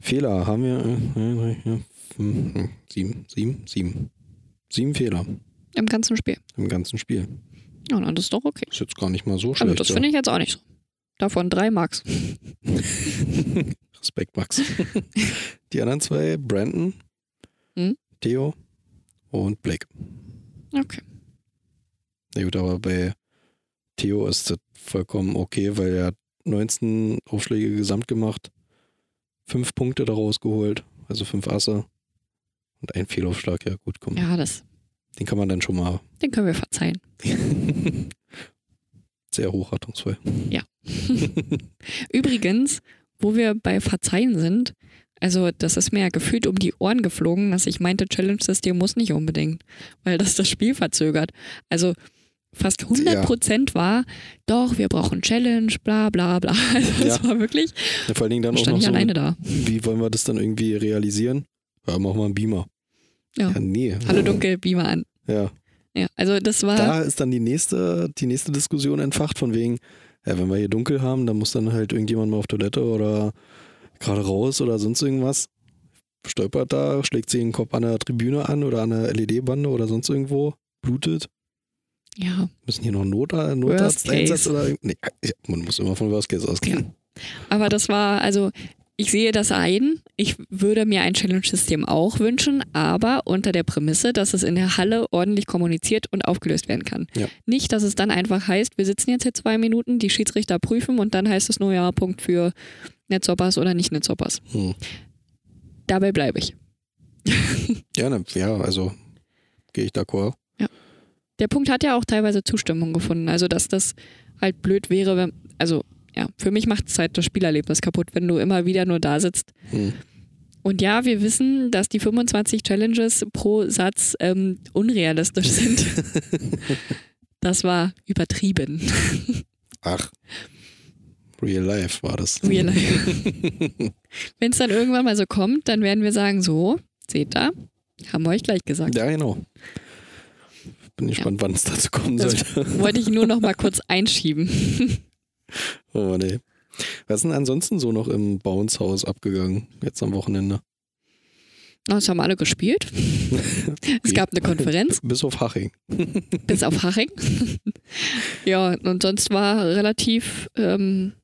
Speaker 2: Fehler haben wir. äh, äh, äh, fünf, äh, Sieben, sieben, sieben. Sieben Fehler
Speaker 1: Im ganzen Spiel.
Speaker 2: im ganzen Spiel.
Speaker 1: Ja, na, das ist doch okay.
Speaker 2: Ist jetzt gar nicht mal so
Speaker 1: Also
Speaker 2: schlecht.
Speaker 1: das
Speaker 2: ja.
Speaker 1: finde ich jetzt auch nicht so. Davon drei Marks.
Speaker 2: Respekt, Max. Die anderen zwei, Brandon,
Speaker 1: Hm?
Speaker 2: Theo und Blake.
Speaker 1: Okay.
Speaker 2: Na gut, aber bei Theo ist das vollkommen okay, weil er hat 19 Aufschläge gesamt gemacht, fünf Punkte daraus geholt, also fünf Asse und ein Fehlaufschlag. Ja, gut, komm.
Speaker 1: Ja, das,
Speaker 2: Den kann man dann schon mal <laughs>
Speaker 1: den können wir verzeihen.
Speaker 2: sehr hochratungsvoll.
Speaker 1: Übrigens, wo wir bei Verzeihen sind, also das ist mir ja gefühlt um die Ohren geflogen, dass ich meinte, Challenge-System muss nicht unbedingt, weil das das Spiel verzögert. Also fast 100 Prozent war, doch, wir brauchen Challenge, bla bla <laughs> bla. Also das
Speaker 2: Ja.
Speaker 1: war wirklich,
Speaker 2: <laughs> Ja, vor allen Dingen dann auch
Speaker 1: stand
Speaker 2: noch
Speaker 1: ich
Speaker 2: so,
Speaker 1: alleine da.
Speaker 2: wie wollen wir das dann irgendwie realisieren? Ja, machen wir einen Beamer.
Speaker 1: Ja.
Speaker 2: ja nee.
Speaker 1: Hallo Dunkel, beamer an.
Speaker 2: Ja.
Speaker 1: Ja, also das war,
Speaker 2: da ist dann die nächste, die nächste Diskussion entfacht, von wegen, ja, wenn wir hier dunkel haben, dann muss dann halt irgendjemand mal auf Toilette oder gerade raus oder sonst irgendwas. Stolpert da, schlägt sich den Kopf an der Tribüne an oder an der LED-Bande oder sonst irgendwo, blutet.
Speaker 1: ja,
Speaker 2: Müssen hier noch einen Not äh,
Speaker 1: Worst
Speaker 2: Notarzt
Speaker 1: case.
Speaker 2: einsetzen oder. Nee, ja, man muss immer von Worst Case ausgehen.
Speaker 1: aber das war, also ich sehe das ein. Ich würde mir ein Challenge-System auch wünschen, aber unter der Prämisse, dass es in der Halle ordentlich kommuniziert und aufgelöst werden kann.
Speaker 2: Ja.
Speaker 1: Nicht, dass es dann einfach heißt, wir sitzen jetzt hier zwei Minuten, die Schiedsrichter prüfen und dann heißt es nur, ja, Punkt für Netzhoppers oder nicht Netzhoppers.
Speaker 2: Hm.
Speaker 1: Dabei bleibe ich.
Speaker 2: Ja, ne, ja, also gehe ich d'accord.
Speaker 1: Der Punkt hat ja auch teilweise Zustimmung gefunden. Also, dass das halt blöd wäre, wenn, also, ja, für mich macht es halt das Spielerlebnis kaputt, wenn du immer wieder nur da sitzt
Speaker 2: Hm.
Speaker 1: Und ja, wir wissen, dass die 25 Challenges pro Satz ähm, unrealistisch
Speaker 2: <laughs>
Speaker 1: sind. Das war übertrieben.
Speaker 2: Ach. Real life war das.
Speaker 1: Real life. Wenn es dann irgendwann mal so kommt, dann werden wir sagen, so, seht da, haben wir euch gleich gesagt.
Speaker 2: Ja, genau. Bin gespannt, wann es dazu kommen
Speaker 1: Das-
Speaker 2: sollte.
Speaker 1: Wollte ich nur noch mal kurz einschieben.
Speaker 2: <laughs> Oh nee. Was ist denn ansonsten so noch im Bounce-Haus abgegangen, jetzt am Wochenende?
Speaker 1: Hm? Na, Das haben alle
Speaker 2: <laughs>
Speaker 1: gespielt. Es gab eine Konferenz,
Speaker 2: Bis auf Haching.
Speaker 1: bis auf
Speaker 2: <laughs>
Speaker 1: Haching. Ja, und sonst war relativ ähm,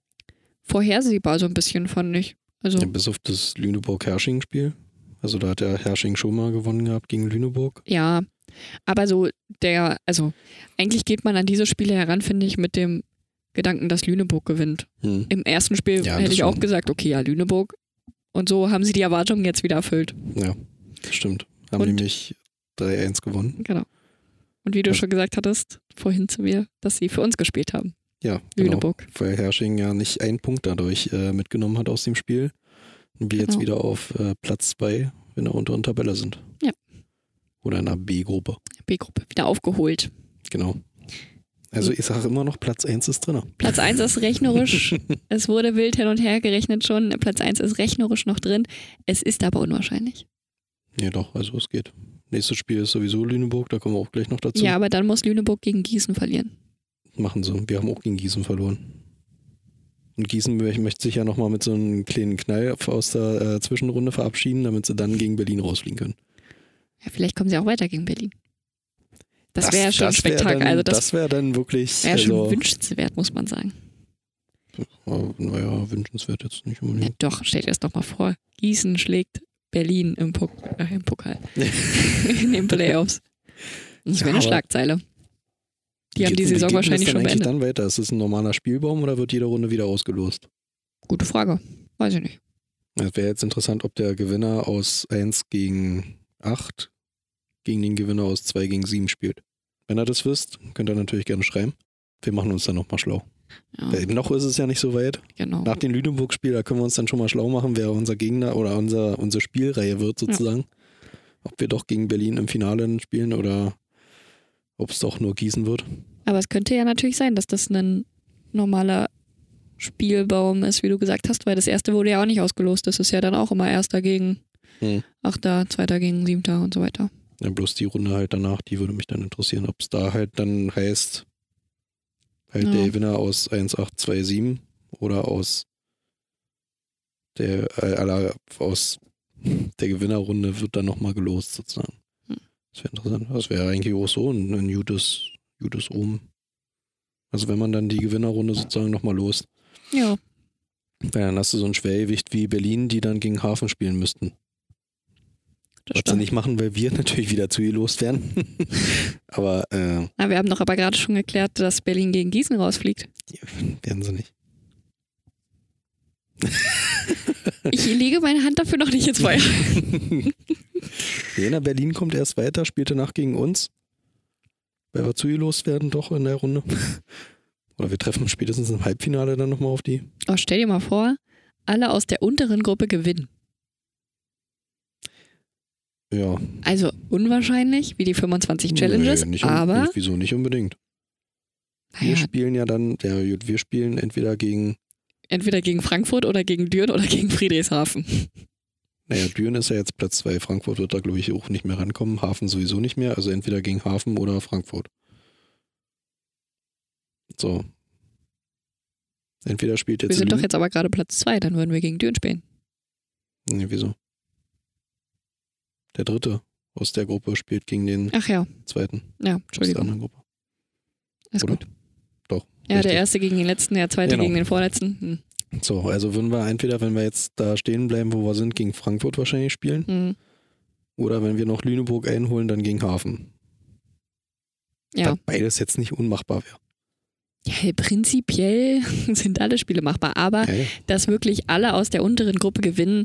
Speaker 1: vorhersehbar so ein bisschen, fand ich. Also,
Speaker 2: Ja, bis auf das Lüneburg-Hersching-Spiel. Also da hat ja Hersching schon mal gewonnen gehabt gegen Lüneburg.
Speaker 1: Ja, aber so der, also eigentlich geht man an diese Spiele heran, finde ich, mit dem Gedanken, dass Lüneburg gewinnt.
Speaker 2: Hm.
Speaker 1: Im ersten Spiel
Speaker 2: Ja,
Speaker 1: hätte
Speaker 2: das
Speaker 1: ich auch
Speaker 2: schon.
Speaker 1: gesagt, okay, ja, Lüneburg. Und so haben sie die Erwartungen jetzt wieder erfüllt.
Speaker 2: Stimmt. Haben
Speaker 1: Und-
Speaker 2: nämlich 3-1 gewonnen.
Speaker 1: Genau. Und wie du
Speaker 2: Ja.
Speaker 1: schon gesagt hattest, vorhin zu mir, dass sie für uns gespielt haben.
Speaker 2: Ja, genau.
Speaker 1: Lüneburg.
Speaker 2: Weil Hersching ja nicht einen Punkt dadurch äh, mitgenommen hat aus dem Spiel. Und wir jetzt
Speaker 1: Genau.
Speaker 2: wieder auf äh, Platz 2 in der unteren Tabelle sind.
Speaker 1: Ja.
Speaker 2: Oder in der B-Gruppe.
Speaker 1: B-Gruppe. Wieder aufgeholt.
Speaker 2: Genau. Also ich sage immer noch, Platz 1 ist drin.
Speaker 1: Platz 1 ist
Speaker 2: <laughs>
Speaker 1: rechnerisch. es wurde wild hin und her gerechnet schon. Platz 1 ist rechnerisch noch drin. Es ist aber unwahrscheinlich.
Speaker 2: Ja, doch, also es geht. Nächstes Spiel ist sowieso Lüneburg, da kommen wir auch gleich noch dazu.
Speaker 1: Ja, aber dann muss Lüneburg gegen Gießen verlieren.
Speaker 2: Machen sie. Wir haben auch gegen Gießen verloren. Und Gießen mö- möchte sich ja nochmal mit so einem kleinen Knall aus der äh, Zwischenrunde verabschieden, damit sie dann gegen Berlin rausfliegen können.
Speaker 1: Ja, vielleicht kommen sie auch weiter gegen Berlin. Das, wäre ja schon ein
Speaker 2: wär
Speaker 1: Spektakel.
Speaker 2: Dann,
Speaker 1: also das
Speaker 2: das wäre dann wirklich.
Speaker 1: wäre schon
Speaker 2: also,
Speaker 1: wünschenswert, muss man sagen.
Speaker 2: äh, naja, wünschenswert jetzt nicht
Speaker 1: Ja,
Speaker 2: unbedingt.
Speaker 1: doch, stell dir das doch mal vor. Gießen schlägt Berlin im, Pok äh, im
Speaker 2: <laughs>
Speaker 1: Pokal. in den Playoffs. Das
Speaker 2: Ja,
Speaker 1: wäre eine
Speaker 2: aber-
Speaker 1: Schlagzeile. Die haben die
Speaker 2: Wie
Speaker 1: Saison
Speaker 2: geht denn das
Speaker 1: wahrscheinlich
Speaker 2: dann
Speaker 1: schon
Speaker 2: eigentlich
Speaker 1: beendet.
Speaker 2: dann weiter? Ist es ein normaler Spielbaum oder wird jede Runde wieder ausgelost?
Speaker 1: Gute Frage. Weiß ich nicht.
Speaker 2: Es wäre jetzt interessant, ob der Gewinner aus 1 gegen 8 gegen den Gewinner aus 2 gegen 7 spielt. Wenn ihr das wisst, könnt ihr natürlich gerne schreiben. Wir machen uns dann nochmal schlau.
Speaker 1: Ja,
Speaker 2: Weil noch ist es ja nicht so weit.
Speaker 1: genau.
Speaker 2: Nach dem Lüneburg-Spiel, da können wir uns dann schon mal schlau machen, wer unser Gegner oder unser, unsere Spielreihe wird sozusagen. Ob wir doch gegen Berlin im Finale dann spielen oder ob es doch nur Gießen wird.
Speaker 1: Aber es könnte ja natürlich sein, dass das ein normaler Spielbaum ist, wie du gesagt hast, weil das erste wurde ja auch nicht ausgelost. Das ist ja dann auch immer erster gegen
Speaker 2: Hm.
Speaker 1: achter, zweiter gegen siebter und so weiter.
Speaker 2: Ja, bloß die Runde halt danach, die würde mich dann interessieren, ob es da halt dann heißt, halt
Speaker 1: Ja.
Speaker 2: der Gewinner aus 1827 oder aus der, äh, aller- aus der Gewinnerrunde wird dann nochmal gelost sozusagen.
Speaker 1: Hm.
Speaker 2: Das wäre interessant. Das wäre eigentlich auch so ein, ein gutes, gutes Omen. Also wenn man dann die Gewinnerrunde sozusagen nochmal lost,
Speaker 1: Ja,
Speaker 2: weil dann hast du so ein Schwergewicht wie Berlin, die dann gegen Hafen spielen müssten.
Speaker 1: das
Speaker 2: Was sie
Speaker 1: stimmt.
Speaker 2: nicht machen, weil wir <laughs> natürlich wieder
Speaker 1: <laughs>
Speaker 2: zugelost werden. aber äh,
Speaker 1: Na, wir haben doch aber gerade schon geklärt, dass Berlin gegen Gießen rausfliegt.
Speaker 2: werden sie nicht. <laughs>
Speaker 1: Ich lege meine Hand dafür noch nicht ins Feuer.
Speaker 2: Jena Berlin kommt erst weiter, spielt danach gegen uns. Weil wir zugelost werden, doch in der Runde. Oder wir treffen spätestens im Halbfinale dann nochmal auf die.
Speaker 1: Oh, stell dir mal vor, alle aus der unteren Gruppe gewinnen.
Speaker 2: Ja.
Speaker 1: Also unwahrscheinlich, wie die 25 Challenges,
Speaker 2: Nee, nicht, un-
Speaker 1: aber Ah
Speaker 2: nicht- Wieso nicht unbedingt? Wir
Speaker 1: naja,
Speaker 2: spielen ja dann, ja gut, wir spielen entweder gegen,
Speaker 1: entweder gegen Frankfurt oder gegen Düren oder gegen Friedrichshafen.
Speaker 2: naja, Düren ist ja jetzt Platz 2, Frankfurt wird da glaube ich auch nicht mehr rankommen, Hafen sowieso nicht mehr, also entweder gegen Hafen oder Frankfurt. So. Entweder spielt jetzt
Speaker 1: Wir sind doch
Speaker 2: Lü-
Speaker 1: jetzt aber gerade Platz zwei, dann würden wir gegen Düren spielen.
Speaker 2: Nee, wieso? Der dritte aus der Gruppe spielt gegen den
Speaker 1: Ach ja,
Speaker 2: zweiten
Speaker 1: ja,
Speaker 2: aus der
Speaker 1: Entschuldigung.
Speaker 2: anderen Gruppe.
Speaker 1: Ist
Speaker 2: Oder?
Speaker 1: gut.
Speaker 2: Doch,
Speaker 1: Ja,
Speaker 2: richtig.
Speaker 1: der erste gegen den letzten, der zweite
Speaker 2: Genau.
Speaker 1: gegen den vorletzten. Hm,
Speaker 2: So, also würden wir entweder, wenn wir jetzt da stehen bleiben, wo wir sind, gegen Frankfurt wahrscheinlich spielen.
Speaker 1: Hm. Hm.
Speaker 2: Oder wenn wir noch Lüneburg einholen, dann gegen Hafen.
Speaker 1: Ja.
Speaker 2: Weil beides jetzt nicht unmachbar wäre.
Speaker 1: ja, prinzipiell <laughs> sind alle Spiele machbar, aber
Speaker 2: Ja, ja.
Speaker 1: dass wirklich alle aus der unteren Gruppe gewinnen,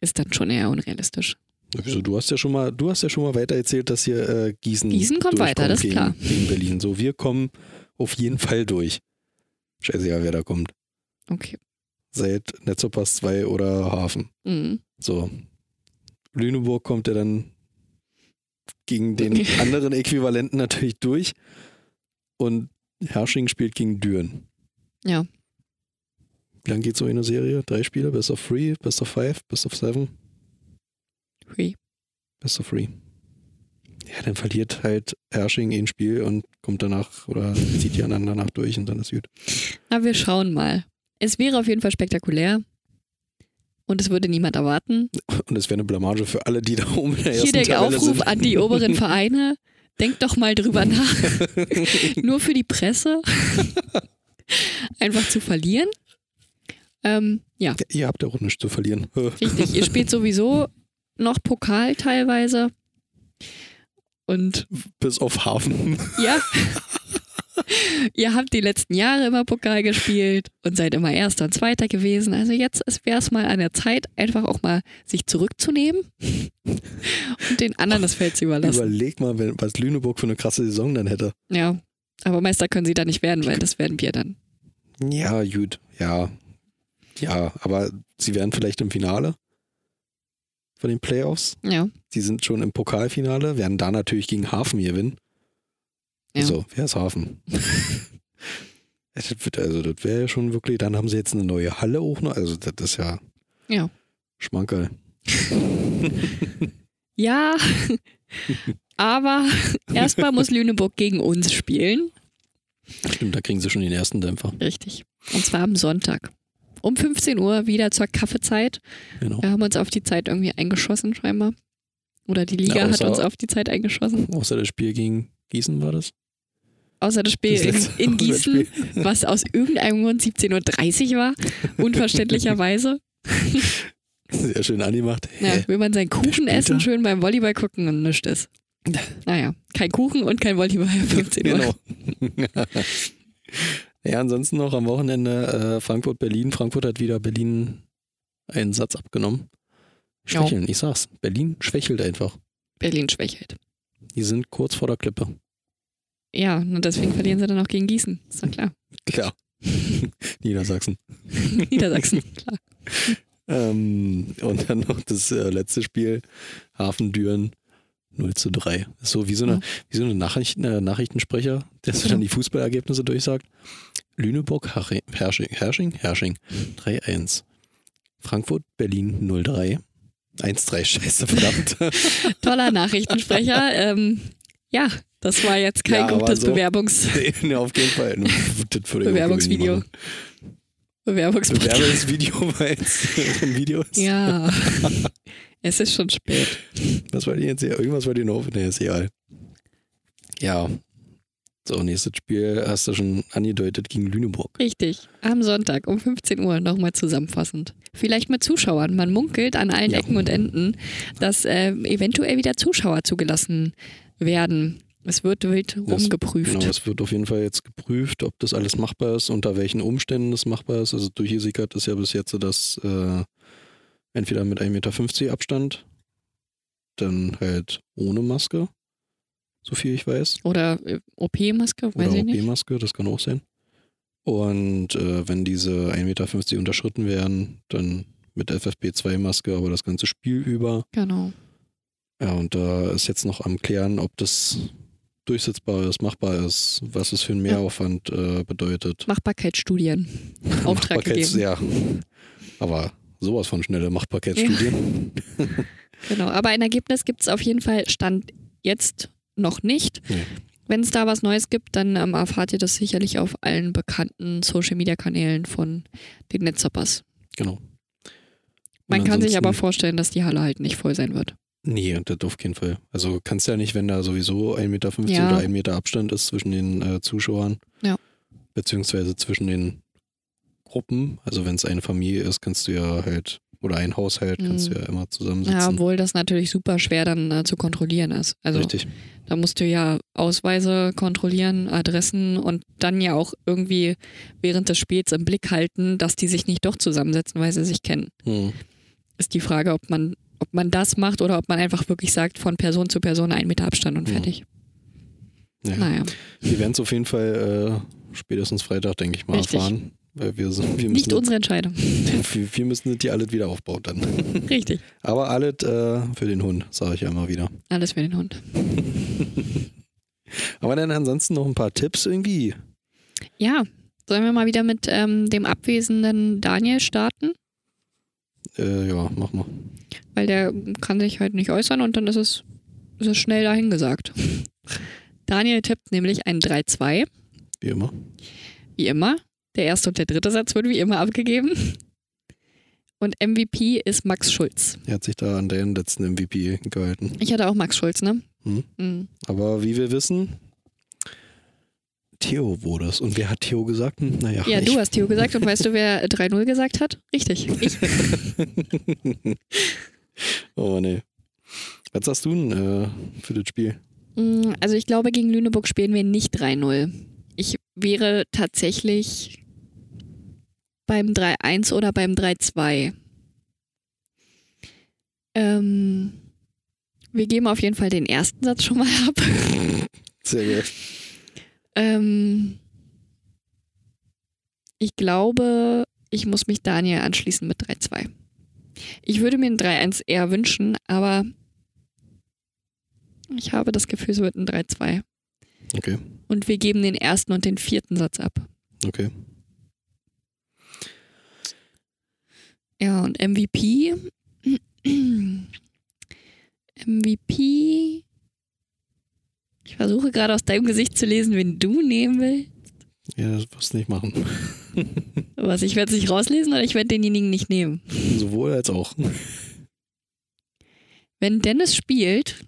Speaker 1: ist dann schon eher unrealistisch.
Speaker 2: Wieso? Du hast ja schon mal, du hast ja schon mal weiter erzählt, dass hier äh, Gießen.
Speaker 1: Gießen kommt weiter,
Speaker 2: durchkommt
Speaker 1: das ist
Speaker 2: gegen,
Speaker 1: klar.
Speaker 2: Gegen Berlin. So, wir kommen auf jeden Fall durch. Scheißegal, wer da kommt.
Speaker 1: Okay.
Speaker 2: Seid Netzopass 2 oder Hafen.
Speaker 1: Mhm.
Speaker 2: So. Lüneburg kommt ja dann gegen
Speaker 1: <laughs>
Speaker 2: den anderen Äquivalenten natürlich durch. Und Hersching spielt gegen Düren.
Speaker 1: Ja.
Speaker 2: Wie lange geht so eine Serie? Drei Spiele? Best of three, best of five, best of seven,
Speaker 1: Hui.
Speaker 2: best of three. Ja, dann verliert halt Hersching ein Spiel und kommt danach oder zieht die anderen danach durch und dann ist gut.
Speaker 1: Na, wir schauen mal. Es wäre auf jeden Fall spektakulär. Und es würde niemand erwarten.
Speaker 2: Und das wäre eine Blamage für alle, die da oben in der
Speaker 1: Hier
Speaker 2: <laughs> ersten
Speaker 1: der
Speaker 2: Tabelle
Speaker 1: Aufruf
Speaker 2: sind.
Speaker 1: an die oberen Vereine. Denkt doch mal drüber nach. Nur für die Presse. Einfach zu verlieren. Ähm, ja,
Speaker 2: Ihr habt ja auch nichts zu verlieren. <laughs>
Speaker 1: richtig. Ihr spielt sowieso noch Pokal teilweise. Und
Speaker 2: Bis auf Hafen. <laughs>
Speaker 1: Ja. Ihr habt die letzten Jahre immer Pokal gespielt und seid immer Erster und Zweiter gewesen. Also jetzt wäre es mal an der Zeit, einfach auch mal sich zurückzunehmen und den anderen das Feld zu überlassen.
Speaker 2: Überleg mal, wenn, was Lüneburg für eine krasse Saison dann hätte.
Speaker 1: Ja. Aber Meister können sie da nicht werden, weil das werden wir dann.
Speaker 2: Ja, gut. Ja. Ja, aber sie wären vielleicht im Finale von den Playoffs.
Speaker 1: Ja.
Speaker 2: Sie sind schon im Pokalfinale, werden da natürlich gegen Hafen gewinnen.
Speaker 1: Ja.
Speaker 2: So, wer
Speaker 1: <laughs>
Speaker 2: ist Hafen? Ja, das wird, also, das wäre ja schon wirklich, dann haben sie jetzt eine neue Halle auch noch. Also, das ist ja.
Speaker 1: Ja.
Speaker 2: Schmankerl.
Speaker 1: Ja. <laughs> Aber erstmal muss Lüneburg gegen uns spielen.
Speaker 2: Stimmt, da kriegen sie schon den ersten Dämpfer.
Speaker 1: Richtig. Und zwar am Sonntag. Um 15 Uhr wieder zur Kaffeezeit.
Speaker 2: Genau.
Speaker 1: Wir haben uns auf die Zeit irgendwie eingeschossen, scheinbar. Oder die Liga
Speaker 2: Ja,
Speaker 1: hat
Speaker 2: außer-
Speaker 1: uns auf die Zeit eingeschossen.
Speaker 2: Außer das Spiel gegen Gießen war das.
Speaker 1: Außer das Spiel
Speaker 2: Das <laughs> letzte-
Speaker 1: in, in
Speaker 2: das
Speaker 1: Gießen,
Speaker 2: Spiel.
Speaker 1: was aus irgendeinem Grund 17.30 Uhr war, unverständlicherweise.
Speaker 2: Sehr schön angemacht. Hä?
Speaker 1: Naja, will man seinen Kuchen
Speaker 2: Wer spielt da?
Speaker 1: essen, schön beim Volleyball gucken und nichts ist. Naja, kein Kuchen und kein Volleyball um 15 Uhr.
Speaker 2: Genau. <laughs> ja, ansonsten noch am Wochenende äh, Frankfurt-Berlin. Frankfurt hat wieder Berlin einen Satz abgenommen.
Speaker 1: Ja.
Speaker 2: Schwächeln, ich sag's. Berlin schwächelt einfach.
Speaker 1: Berlin schwächelt.
Speaker 2: Die sind kurz vor der Klippe.
Speaker 1: Ja, und deswegen verlieren sie dann auch gegen Gießen. Ist doch klar.
Speaker 2: Klar. <laughs> Niedersachsen. <laughs>
Speaker 1: Niedersachsen, klar.
Speaker 2: Ähm, und dann noch das äh, letzte Spiel, Hafendüren 0 zu 3. Ist so wie so eine,
Speaker 1: Ja.
Speaker 2: wie so eine Nachrichten, äh, Nachrichtensprecher, der so dann die Fußballergebnisse durchsagt. Lüneburg, Haching, Hersching, Hersching, Hersching 3-1. Frankfurt, Berlin 0-3. 1-3,
Speaker 1: <laughs>
Speaker 2: scheiße, verdammt.
Speaker 1: Toller Nachrichtensprecher. ähm, ja, das war jetzt kein
Speaker 2: Ja, aber
Speaker 1: gutes
Speaker 2: so-
Speaker 1: Bewerbungs
Speaker 2: nee, auf
Speaker 1: <laughs>
Speaker 2: jeden Fall. Das würde ich auch
Speaker 1: Bewerbungsvideo.
Speaker 2: machen.
Speaker 1: Bewerbungspodcast.
Speaker 2: Bewerbungsvideo, weil
Speaker 1: <laughs>
Speaker 2: es ein Video ist. <laughs>
Speaker 1: Ja. es ist schon spät.
Speaker 2: Was wollt ihr jetzt hier? Irgendwas wollt ihr noch? Nee, ist egal. Ja. So, nächstes Spiel hast du schon angedeutet gegen Lüneburg.
Speaker 1: Richtig. Am Sonntag um 15 Uhr nochmal zusammenfassend. Vielleicht mit Zuschauern. Man munkelt an allen
Speaker 2: Ja.
Speaker 1: Ecken und Enden, dass äh, eventuell wieder Zuschauer zugelassen werden. Es wird wild rumgeprüft.
Speaker 2: Genau, es wird auf jeden Fall jetzt geprüft, ob das alles machbar ist, unter welchen Umständen das machbar ist. Also durchgesickert ist ja bis jetzt, dass äh, entweder mit 1,50 Meter Abstand, dann halt ohne Maske, so viel ich weiß.
Speaker 1: Oder äh, OP-Maske, weiß
Speaker 2: Oder
Speaker 1: ich nicht.
Speaker 2: OP-Maske, das kann auch sein. Und äh, wenn diese 1,50 Meter unterschritten werden, dann mit FFP2-Maske, aber das ganze Spiel über.
Speaker 1: Genau.
Speaker 2: Ja, und da ist jetzt noch am Klären, ob das durchsetzbar ist, machbar ist, was es für einen Mehraufwand äh, bedeutet. <laughs>
Speaker 1: Machbarkeitsstudien. Auftrag
Speaker 2: Machbarkeits-
Speaker 1: gegeben.
Speaker 2: Ja, aber sowas von schnelle Machbarkeitsstudien.
Speaker 1: Genau. Aber ein Ergebnis gibt es auf jeden Fall Stand jetzt noch nicht.
Speaker 2: Nee.
Speaker 1: Wenn es da was Neues gibt, dann ähm, erfahrt ihr das sicherlich auf allen bekannten Social-Media-Kanälen von den Netzhoppers.
Speaker 2: Genau.
Speaker 1: Man
Speaker 2: Und
Speaker 1: kann sich
Speaker 2: ansonsten-
Speaker 1: aber vorstellen, dass die Halle halt nicht voll sein wird.
Speaker 2: Nee, das auf keinen Fall. Also kannst ja nicht, wenn da sowieso 1,50 Meter
Speaker 1: Ja.
Speaker 2: oder 1 Meter Abstand ist zwischen den äh, Zuschauern.
Speaker 1: Ja.
Speaker 2: Beziehungsweise zwischen den Gruppen. Also wenn es eine Familie ist, kannst du ja halt, oder ein Haushalt, kannst
Speaker 1: Mhm.
Speaker 2: du ja immer
Speaker 1: Ja,
Speaker 2: zusammensitzen.
Speaker 1: obwohl das natürlich super schwer dann äh, zu kontrollieren ist. Also
Speaker 2: Richtig.
Speaker 1: da musst du ja Ausweise kontrollieren, Adressen und dann ja auch irgendwie während des Spiels im Blick halten, dass die sich nicht doch zusammensetzen, weil sie sich kennen.
Speaker 2: Mhm.
Speaker 1: ist die Frage, ob man, ob man das macht oder ob man einfach wirklich sagt, von Person zu Person einen Meter Abstand und
Speaker 2: Mhm.
Speaker 1: fertig.
Speaker 2: Ja.
Speaker 1: Naja,
Speaker 2: Wir werden es auf jeden Fall äh, spätestens Freitag, denke ich mal,
Speaker 1: Richtig.
Speaker 2: erfahren. Weil wir, sind- wir,
Speaker 1: nicht
Speaker 2: müssen,
Speaker 1: unsere Entscheidung.
Speaker 2: <laughs> wir, wir müssen die alles wieder aufbauen dann.
Speaker 1: <laughs> Richtig.
Speaker 2: Aber alles äh, für den Hund, sage ich ja immer wieder. <laughs>
Speaker 1: Alles für den Hund.
Speaker 2: Aber dann ansonsten noch ein paar Tipps irgendwie.
Speaker 1: Ja, sollen wir mal wieder mit ähm, dem abwesenden Daniel starten?
Speaker 2: Äh, ja, mach mal.
Speaker 1: Weil der kann sich halt nicht äußern und dann ist es, ist es schnell dahingesagt. <laughs> Daniel tippt nämlich ein 3-2,
Speaker 2: Wie immer.
Speaker 1: wie immer. Der erste und der dritte Satz wird wie immer abgegeben. Und MVP ist Max Schulz.
Speaker 2: Er hat sich da an den letzten MVP gehalten.
Speaker 1: Ich hatte auch Max Schulz, ne?
Speaker 2: Mhm.
Speaker 1: Mhm.
Speaker 2: Aber wie wir wissen, Theo wurde es. Und wer hat Theo gesagt? Hm, Naja,
Speaker 1: Ja,
Speaker 2: ich.
Speaker 1: du hast Theo gesagt und weißt du, wer 3-0 gesagt hat? Richtig. Ich.
Speaker 2: <laughs> oh, nee. Was sagst du denn äh, für das Spiel?
Speaker 1: Mm, Also ich glaube, gegen Lüneburg spielen wir nicht 3-0. Ich wäre tatsächlich beim 3-1 oder beim 3-2. Ähm, wir geben auf jeden Fall den ersten Satz schon mal ab.
Speaker 2: Sehr gut.
Speaker 1: Ähm, ich glaube, ich muss mich Daniel anschließen mit 3-2. Ich würde mir ein 3-1 eher wünschen, aber ich habe das Gefühl, es wird ein 3-2.
Speaker 2: Okay,
Speaker 1: Und wir geben den ersten und den vierten Satz ab.
Speaker 2: okay.
Speaker 1: Ja, und <clears throat> MVP. MVP. Ich versuche gerade aus deinem Gesicht zu lesen, wen du nehmen willst.
Speaker 2: Ja, das wirst du nicht machen.
Speaker 1: Was, ich werde es nicht rauslesen oder ich werde denjenigen nicht nehmen?
Speaker 2: Sowohl als auch. <laughs>
Speaker 1: Wenn Dennis spielt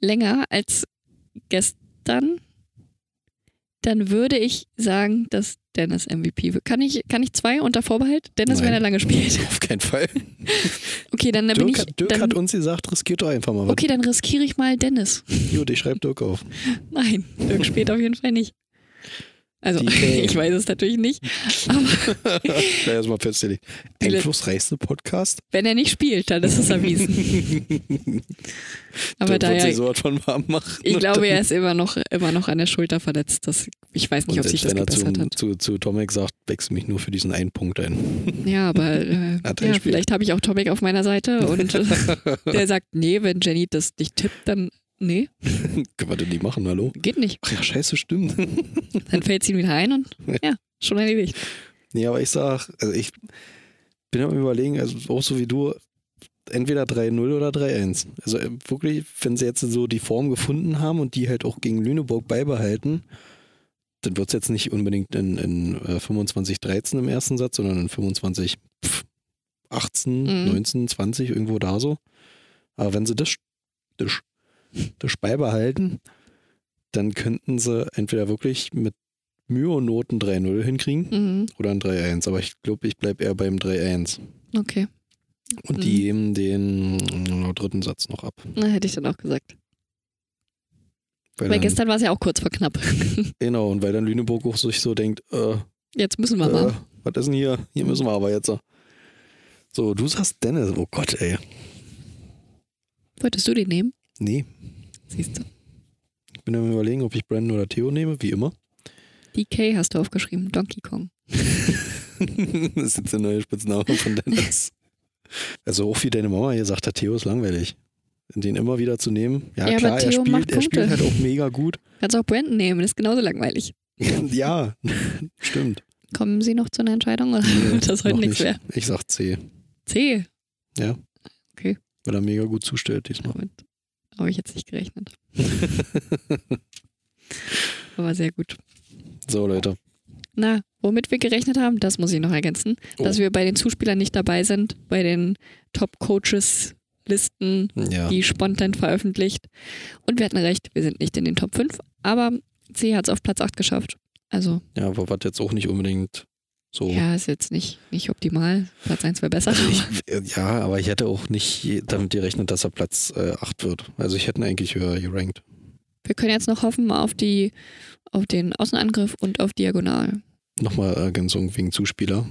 Speaker 1: länger als gestern, dann würde ich sagen, dass Dennis MVP wird. Kann ich, kann ich zwei unter Vorbehalt? Dennis,
Speaker 2: Nein.
Speaker 1: wenn er lange spielt.
Speaker 2: Auf keinen Fall.
Speaker 1: <laughs> Okay, dann, dann bin
Speaker 2: Dirk,
Speaker 1: ich.
Speaker 2: hat, Dirk
Speaker 1: Dann,
Speaker 2: hat uns gesagt, riskiert doch einfach mal was.
Speaker 1: okay, dann riskiere ich mal Dennis. <laughs>
Speaker 2: Gut, ich schreibe Dirk auf.
Speaker 1: Nein, Dirk spielt auf jeden Fall nicht. Also,
Speaker 2: Die- äh,
Speaker 1: <laughs> ich weiß es natürlich nicht. Aber
Speaker 2: Da erstmal festgelegt.
Speaker 1: Die- <laughs>
Speaker 2: Einflussreichste Podcast?
Speaker 1: wenn er nicht spielt, dann ist es
Speaker 2: <laughs>
Speaker 1: erwiesen. Aber
Speaker 2: Dirk
Speaker 1: da
Speaker 2: wird
Speaker 1: ja,
Speaker 2: sich so was von warm machen.
Speaker 1: ich
Speaker 2: <laughs>
Speaker 1: glaube, er ist immer noch, immer noch an der Schulter verletzt. Das, ich weiß nicht,
Speaker 2: Und
Speaker 1: ob sich
Speaker 2: selbst
Speaker 1: das
Speaker 2: wenn er
Speaker 1: gebessert
Speaker 2: zu,
Speaker 1: hat.
Speaker 2: zu, zu Tomek sagt, wechsel mich nur für diesen einen Punkt ein.
Speaker 1: Ja, aber äh,
Speaker 2: Hat er
Speaker 1: ja,
Speaker 2: gespielt. <laughs>
Speaker 1: vielleicht habe ich auch Tomek auf meiner Seite und äh, der sagt, nee, wenn Jenny das nicht tippt, dann Nee,
Speaker 2: <laughs> Können wir denn die machen, hallo?
Speaker 1: geht nicht.
Speaker 2: Ach ja, scheiße, stimmt.
Speaker 1: Dann fällt sie ihn wieder ein und ja, schon erledigt.
Speaker 2: Nee, aber ich sag, also ich bin am überlegen, also auch so wie du, entweder 3-0 oder 3-1. Also äh, wirklich, wenn sie jetzt so die Form gefunden haben und die halt auch gegen Lüneburg beibehalten, dann wird es jetzt nicht unbedingt in, in äh, 25-13 im ersten Satz, sondern in 25 pff, 18,
Speaker 1: Mhm.
Speaker 2: 19, 20, irgendwo da so. Aber wenn sie das, das, das beibehalten, dann könnten sie entweder wirklich mit Mühe und Noten 3-0 hinkriegen
Speaker 1: Mhm,
Speaker 2: oder ein 3-1, aber ich glaube, ich bleibe eher beim 3-1.
Speaker 1: okay,
Speaker 2: Und
Speaker 1: Mhm.
Speaker 2: die geben den äh, dritten Satz noch ab.
Speaker 1: na, hätte ich dann auch gesagt.
Speaker 2: Weil
Speaker 1: Weil
Speaker 2: dann,
Speaker 1: gestern war es ja auch kurz vor knapp.
Speaker 2: genau, und weil dann Lüneburg auch sich so denkt, äh,
Speaker 1: Jetzt müssen wir
Speaker 2: äh,
Speaker 1: mal.
Speaker 2: was ist denn hier? Hier müssen wir aber jetzt. äh. So, du sagst Dennis, oh Gott, ey.
Speaker 1: Wolltest du den nehmen?
Speaker 2: Nee,
Speaker 1: Siehst du.
Speaker 2: ich bin am überlegen, ob ich Brandon oder Theo nehme, wie immer. <laughs>
Speaker 1: DK hast du aufgeschrieben, Donkey Kong.
Speaker 2: das ist jetzt der neue Spitzname von Dennis. also auch wie deine Mama hier sagt, der Theo ist langweilig. Den immer wieder zu nehmen. Ja,
Speaker 1: Ja, aber
Speaker 2: klar, er
Speaker 1: Theo
Speaker 2: spielt,
Speaker 1: macht
Speaker 2: er spielt
Speaker 1: Punkte.
Speaker 2: halt auch mega gut.
Speaker 1: Kannst auch Brandon nehmen, das ist genauso langweilig.
Speaker 2: ja, <laughs> stimmt.
Speaker 1: Kommen Sie noch zu einer Entscheidung oder
Speaker 2: Nee,
Speaker 1: wird <laughs> das heute
Speaker 2: noch
Speaker 1: nichts
Speaker 2: nicht.
Speaker 1: mehr?
Speaker 2: Ich sag C,
Speaker 1: C.
Speaker 2: weil er mega gut zustellt diesmal.
Speaker 1: Damit habe ich jetzt nicht
Speaker 2: <laughs>
Speaker 1: gerechnet. Aber sehr gut.
Speaker 2: So, Leute.
Speaker 1: Na, womit wir gerechnet haben, das muss ich noch ergänzen,
Speaker 2: Oh.
Speaker 1: dass wir bei den Zuspielern nicht dabei sind, bei den Top-Coaches-Listen,
Speaker 2: Ja.
Speaker 1: die spontan veröffentlicht. Und wir hatten recht, wir sind nicht in den Top 5, aber C hat es auf Platz 8 geschafft. Also,
Speaker 2: Ja, aber was jetzt auch nicht unbedingt so.
Speaker 1: ja, ist jetzt nicht, nicht optimal. Platz 1 wäre besser.
Speaker 2: Also ich, äh, ja, aber ich hätte auch nicht je- damit gerechnet, dass er Platz äh, 8 wird. Also ich hätte ihn eigentlich höher gerankt.
Speaker 1: Wir können jetzt noch hoffen auf, die, auf den Außenangriff und auf Diagonal.
Speaker 2: Nochmal Ergänzung wegen Zuspieler.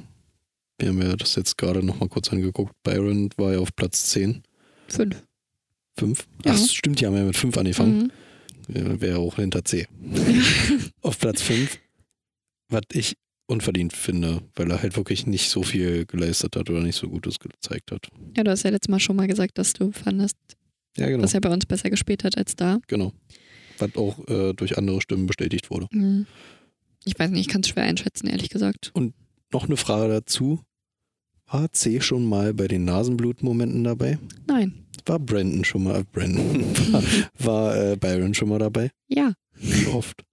Speaker 2: Wir haben ja das jetzt gerade nochmal kurz angeguckt. Byron war ja auf Platz 10.
Speaker 1: 5.
Speaker 2: 5?
Speaker 1: Ja.
Speaker 2: Ach, stimmt, die haben ja mit 5 angefangen.
Speaker 1: Mhm.
Speaker 2: Ja, Wäre auch hinter C. Auf Platz 5, was ich unverdient finde, weil er halt wirklich nicht so viel geleistet hat oder nicht so Gutes gezeigt hat.
Speaker 1: Ja, du hast ja letztes Mal schon mal gesagt, dass du fandest,
Speaker 2: Ja, genau.
Speaker 1: dass er bei uns besser gespielt hat als da.
Speaker 2: genau. Was auch äh, durch andere Stimmen bestätigt wurde.
Speaker 1: Mhm. Ich weiß nicht, ich kann es schwer einschätzen, ehrlich gesagt.
Speaker 2: Noch eine Frage dazu. War C schon mal bei den Nasenblutmomenten dabei?
Speaker 1: Nein.
Speaker 2: War Brandon schon mal, äh, Brandon, war äh, Byron schon mal dabei?
Speaker 1: Ja,
Speaker 2: Wie oft?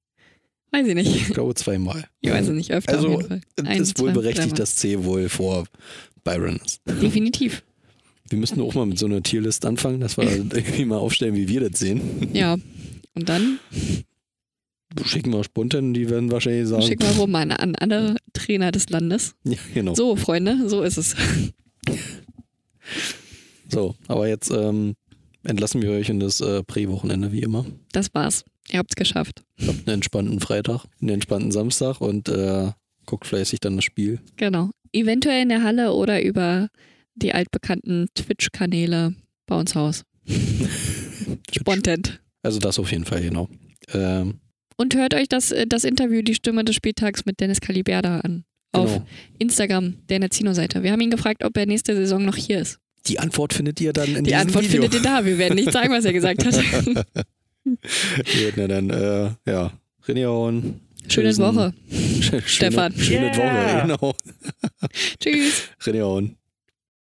Speaker 1: weiß ich nicht.
Speaker 2: Ich glaube zweimal.
Speaker 1: Ich weiß es nicht, öfter
Speaker 2: Also,
Speaker 1: auf jeden Fall.
Speaker 2: Es
Speaker 1: Ein,
Speaker 2: ist wohl
Speaker 1: zwei,
Speaker 2: berechtigt, dass C wohl vor Byron ist.
Speaker 1: Definitiv.
Speaker 2: Wir müssten auch mal mit so einer Tierlist
Speaker 1: <laughs>
Speaker 2: anfangen, dass wir irgendwie mal aufstellen, wie wir das sehen.
Speaker 1: Ja. Und dann
Speaker 2: Schicken wir spontan, die werden wahrscheinlich sagen.
Speaker 1: schicken wir Roman an alle Trainer des Landes.
Speaker 2: Ja, genau. So.
Speaker 1: So, Freunde, so ist es.
Speaker 2: aber jetzt ähm, entlassen wir euch in das äh, Prä-Wochenende wie immer.
Speaker 1: Das war's. Ihr habt's geschafft.
Speaker 2: Habt einen entspannten Freitag, einen entspannten Samstag und äh, guckt fleißig dann das Spiel.
Speaker 1: Genau. Eventuell in der Halle oder über die altbekannten Twitch-Kanäle bei uns Haus. Spontent.
Speaker 2: Also das auf jeden Fall, genau. Ähm,
Speaker 1: Und hört euch das, äh, das Interview Die Stimme des Spieltags mit Dennis Caliberda an. Auf
Speaker 2: genau.
Speaker 1: Instagram, der Netzino-Seite. Wir haben ihn gefragt, ob er nächste Saison noch hier ist.
Speaker 2: Die Antwort findet ihr dann in
Speaker 1: Die
Speaker 2: diesem
Speaker 1: Antwort
Speaker 2: Video.
Speaker 1: findet ihr da. Wir werden nicht sagen, was er gesagt
Speaker 2: <laughs>
Speaker 1: hat.
Speaker 2: Wir hätten <laughs> ja dann, äh, ja, Rinnehauen.
Speaker 1: Schöne Woche.
Speaker 2: Schöne,
Speaker 1: Stefan.
Speaker 2: Schöne
Speaker 3: Yeah.
Speaker 2: Woche, genau.
Speaker 1: Tschüss.
Speaker 2: Rinnehauen.